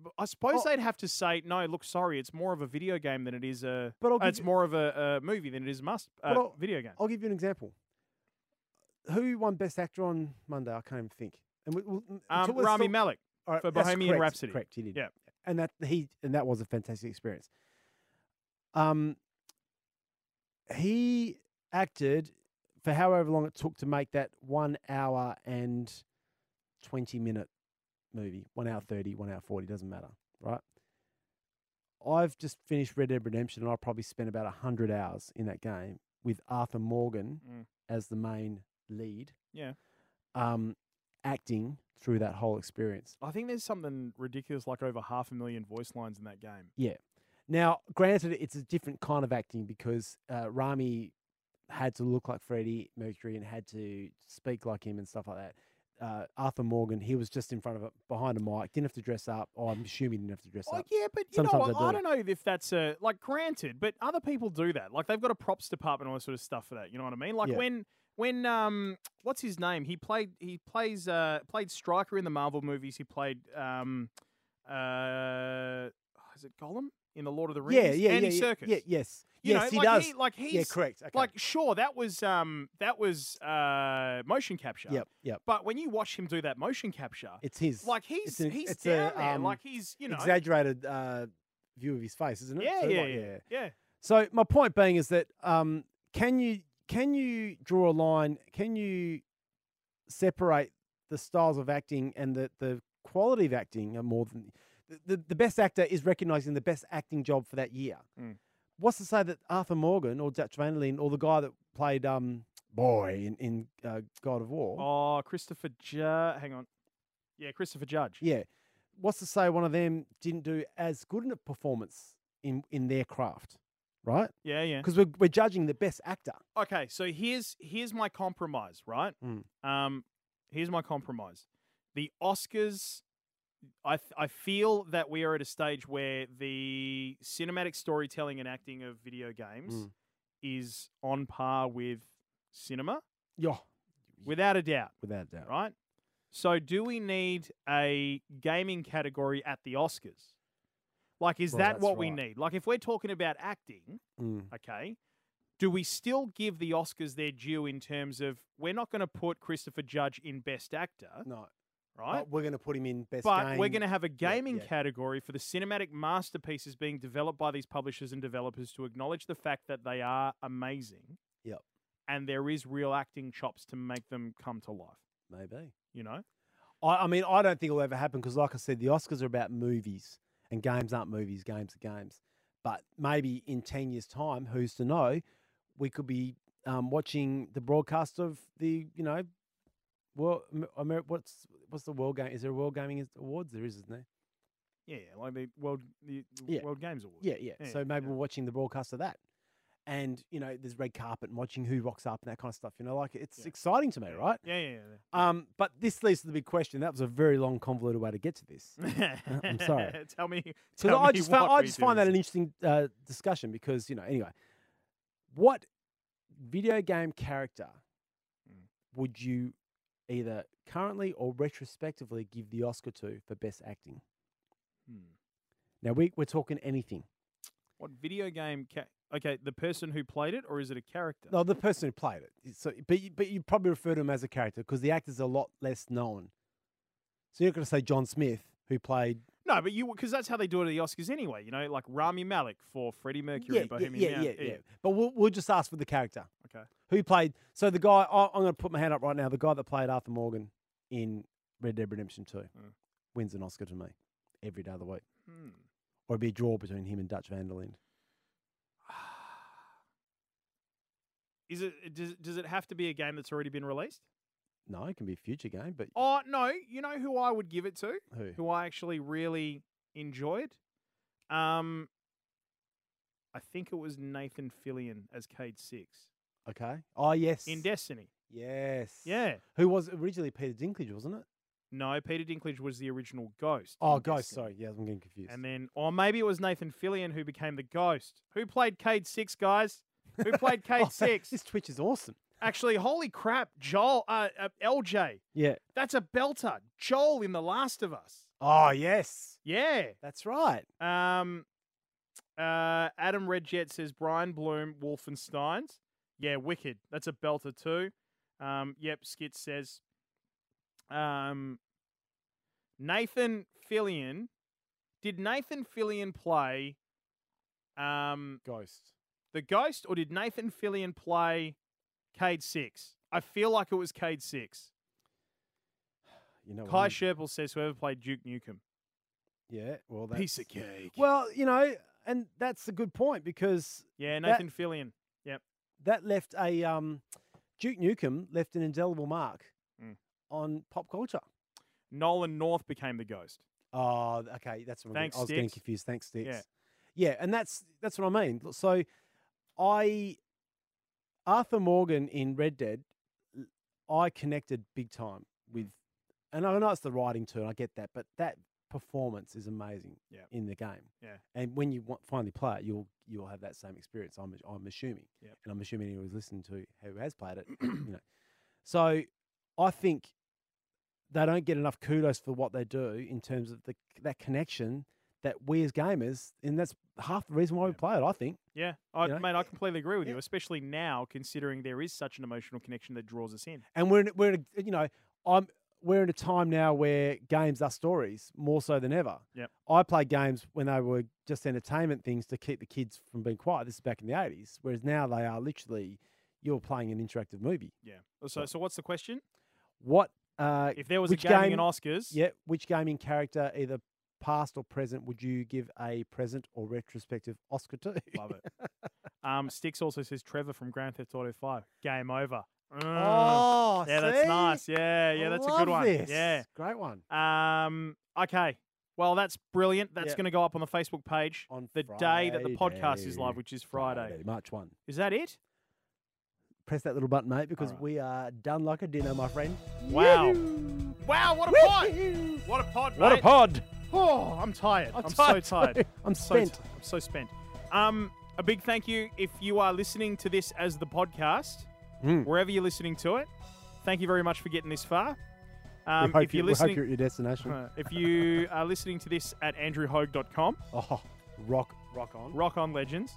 But I suppose Oh. they'd have to say, no, look, sorry, it's more of a video game than it is a. but I'll uh, give, It's you, more of a, a movie than it is a must But uh, I'll- video game. I'll give you an example. Who won Best Actor on Monday? I can't even think. And we, we'll, Um, until we're Rami still- Malek. All right, for that's Bohemian correct, Rhapsody. Correct, he did. Yeah. and that he and that was a fantastic experience. Um, he acted for however long it took to make that one hour and twenty minute movie, one hour thirty, one hour forty, doesn't matter, right? I've just finished Red Dead Redemption, and I probably spent about hundred hours in that game with Arthur Morgan Mm. as the main lead. Yeah. um, acting through that whole experience. I think there's something ridiculous, like over half a million voice lines in that game. Now, granted, it's a different kind of acting because uh, Rami had to look like Freddie Mercury and had to speak like him and stuff like that. Uh, Arthur Morgan, he was just in front of a behind a mic, didn't have to dress up. Or I'm assuming he didn't have to dress Oh, up. yeah, but you know Sometimes what? I I do. don't know if that's a like granted, but other people do that. Like they've got a props department, and all that sort of stuff for that. You know what I mean? Like Yeah. when when um what's his name? He played he plays uh played Striker in the Marvel movies. He played um uh is it Gollum in the Lord of the Rings? yeah, yeah, Andy yeah, yeah, Circus. yeah, yes, You yes, know, he like does. He, like he's yeah, correct. Okay. like sure that was um that was uh motion capture. yep, yep, But when you watch him do that motion capture, it's his like he's an- he's it's a, down there, um, like he's you know exaggerated uh, view of his face, isn't it? yeah, So, yeah, like, yeah, yeah. So my point being is that um, can you can you draw a line? Can you separate the styles of acting and the the quality of acting are more than the- the, the best actor is recognizing the best acting job for that year. Mm. What's to say that Arthur Morgan or Dutch Vanderlyn or the guy that played um, Boy in, in uh, God of War? Oh, Christopher Judge. Hang on. Yeah, Christopher Judge. Yeah. What's to say one of them didn't do as good a performance in, in their craft, right? Yeah, yeah. Because we're, we're judging the best actor. Okay, so here's here's my compromise, right? Mm. Um, here's my compromise. The Oscars I, th- I feel that we are at a stage where the cinematic storytelling and acting of video games Mm. is on par with cinema, Yeah, without a doubt, without doubt. right? So, do we need a gaming category at the Oscars? Like, is Well, that that's what we right. need? Like, if we're talking about acting, Mm. okay, do we still give the Oscars their due in terms of we're not going to put Christopher Judge in Best Actor, No, right? but we're going to put him in best but game. we're going to have a gaming yeah. category for the cinematic masterpieces being developed by these publishers and developers to acknowledge the fact that they are amazing. Yep. And there is real acting chops to make them come to life, maybe. you know? I, I mean, I don't think it'll ever happen because, like I said, the Oscars are about movies and games aren't movies. Games are games. But maybe in ten years' time, who's to know? We could be um, watching the broadcast of the you know, well, Amer- what's what's the world game? Is there a world gaming Is- awards? There is, isn't there? Yeah, like the World the Yeah. World Games Awards. Yeah, yeah. Yeah, so maybe yeah. we're watching the broadcast of that. And, you know, there's red carpet and watching who rocks up and that kind of stuff. You know, like it's Yeah. exciting to me, Yeah. right? Yeah, yeah. Um, but this leads to the big question. That was a very long, convoluted way to get to this. yeah. Uh, I'm sorry. tell me. So Mm, Tell I me just what found, I we just do find that is- an interesting uh, discussion because you know anyway, what video game character Mm. would you either currently or retrospectively give the Oscar to for best acting? Hmm. Now we we're talking anything. What video game? Ca- okay, the person who played it, or is it a character? No, the person who played it. It's So, but you, but you probably refer to him as a character because the actor's a lot less known. So you're not going to say John Smith who played No, but you because that's how they do it at the Oscars anyway. You know, like Rami Malek for Freddie Mercury in Bohemian yeah, yeah, Rhapsody. yeah. But we'll, we'll just ask for the character. Okay. Who played? So the guy, I, I'm going to put my hand up right now. The guy that played Arthur Morgan in Red Dead Redemption 2 Mm. wins an Oscar to me every day of the week. Hmm. Or it'd be a draw between him and Dutch Van der Linde. Is it does, does it have to be a game that's already been released? No, it can be a future game, but Oh no, you know who I would give it to, who? who I actually really enjoyed. Um, I think it was Nathan Fillion as Cade Six Okay. Oh, yes. in Destiny. Yes. Yeah. Who was originally Peter Dinklage, wasn't it? No, Peter Dinklage was the original Ghost. Oh, in Ghost. Destiny. Sorry. Yeah, I'm getting confused. And then, or maybe it was Nathan Fillion who became the Ghost. Who played Cade Six, guys? Who played Cade Oh, Six? This Twitch is awesome. Actually, holy crap, Joel, uh, uh, LJ, Yeah. that's a belter. Joel in The Last of Us. Oh, yes. Yeah. That's right. Um, uh, Adam Redjet says Brian Bloom, Wolfenstein's. Yeah, wicked. That's a belter too. Um, yep, Skit says. Um, Nathan Fillion. Did Nathan Fillion play um, Ghost. the ghost or did Nathan Fillion play Cade Six? I feel like it was Cade Six. You know. Kai one- Sherpel says whoever played Duke Nukem. Yeah. Well, that's Piece of cake. Well, you know, and that's a good point because yeah, that- Nathan Fillion. that left a um, Duke Nukem left an indelible mark Mm. on pop culture. Nolan North became the ghost. Oh, th- okay, that's what I'm Thanks, getting, I was getting Sticks. confused. Thanks, Sticks. Yeah. and that's that's what I mean. Look, So, I Arthur Morgan in Red Dead, l- I connected big time with, and I know it's the writing too, and I get that, but that performance is amazing Yeah. in the game. Yeah. and when you wa- finally play it, you'll you'll have that same experience. I'm I'm assuming, Yep. and I'm assuming anyone who's listening to who has played it, you know. So, I think they don't get enough kudos for what they do in terms of the that connection that we as gamers, and that's half the reason why we Yeah. play it. I think. Yeah, I, You know? mate, I completely agree with you, Yeah. especially now considering there is such an emotional connection that draws us in. And we're in, we're in a, you know I'm we're in a time now where games are stories more so than ever. Yep. I played games when they were just entertainment things to keep the kids from being quiet. This is back in the eighties, whereas now they are literally you're playing an interactive movie. Yeah. Uh, So, so what's the question? What? Uh, If there was Which a gaming and game- Oscars, yeah. Which gaming character, either past or present, would you give a present or retrospective Oscar to? love it. um, Sticks also says Trevor from Grand Theft Auto Five. Game over. Mm. Oh, yeah, that's see? nice. Yeah, yeah, I that's a love good one. This. Yeah. great one. Um, okay. Well, that's brilliant. That's Yep. going to go up on the Facebook page On the day that the podcast is live, which is Friday. March one. Is that it? Press that little button, mate, because Alright. we are done like a dinner, my friend. Wow. Yahoo! Wow, what a pod! What a pod, What a mate. pod! Oh, I'm tired. I'm, I'm so tired, tired. too. I'm so ti- spent. I'm so spent. Um, a big thank you if you are listening to this as the podcast, Mm. wherever you're listening to it. Thank you very much for getting this far. We Um, hope if you're you- we hope you're listening, at your destination. uh, if you are listening to this at andrewhogue.com, Oh, rock, rock on. rock on legends.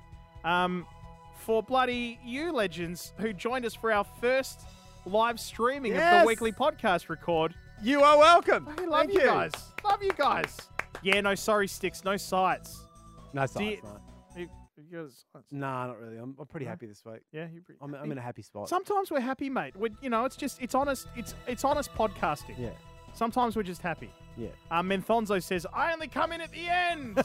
Um, for bloody you legends who joined us for our first live streaming of Yes. the weekly podcast record. You are welcome. We love you, guys. Love you guys. Yeah, no sorry sticks, no sights. No, Do sorry, you- mate. You- you guys- Nah, not really. I'm, I'm pretty No? happy this week. Yeah, you pretty I'm, I'm in a happy spot. Sometimes we're happy, mate. We, you know, it's just it's honest. It's it's honest podcasting. yeah, Sometimes we're just happy. yeah. Um, Menthonzo says, "I only come in at the end."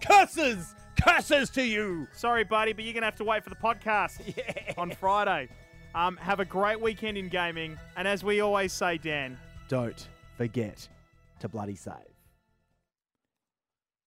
Curses! Curses to you! Sorry, buddy, but you're gonna have to wait for the podcast on Friday. Um, have a great weekend in gaming, and as we always say, Dan. Don't forget to bloody save.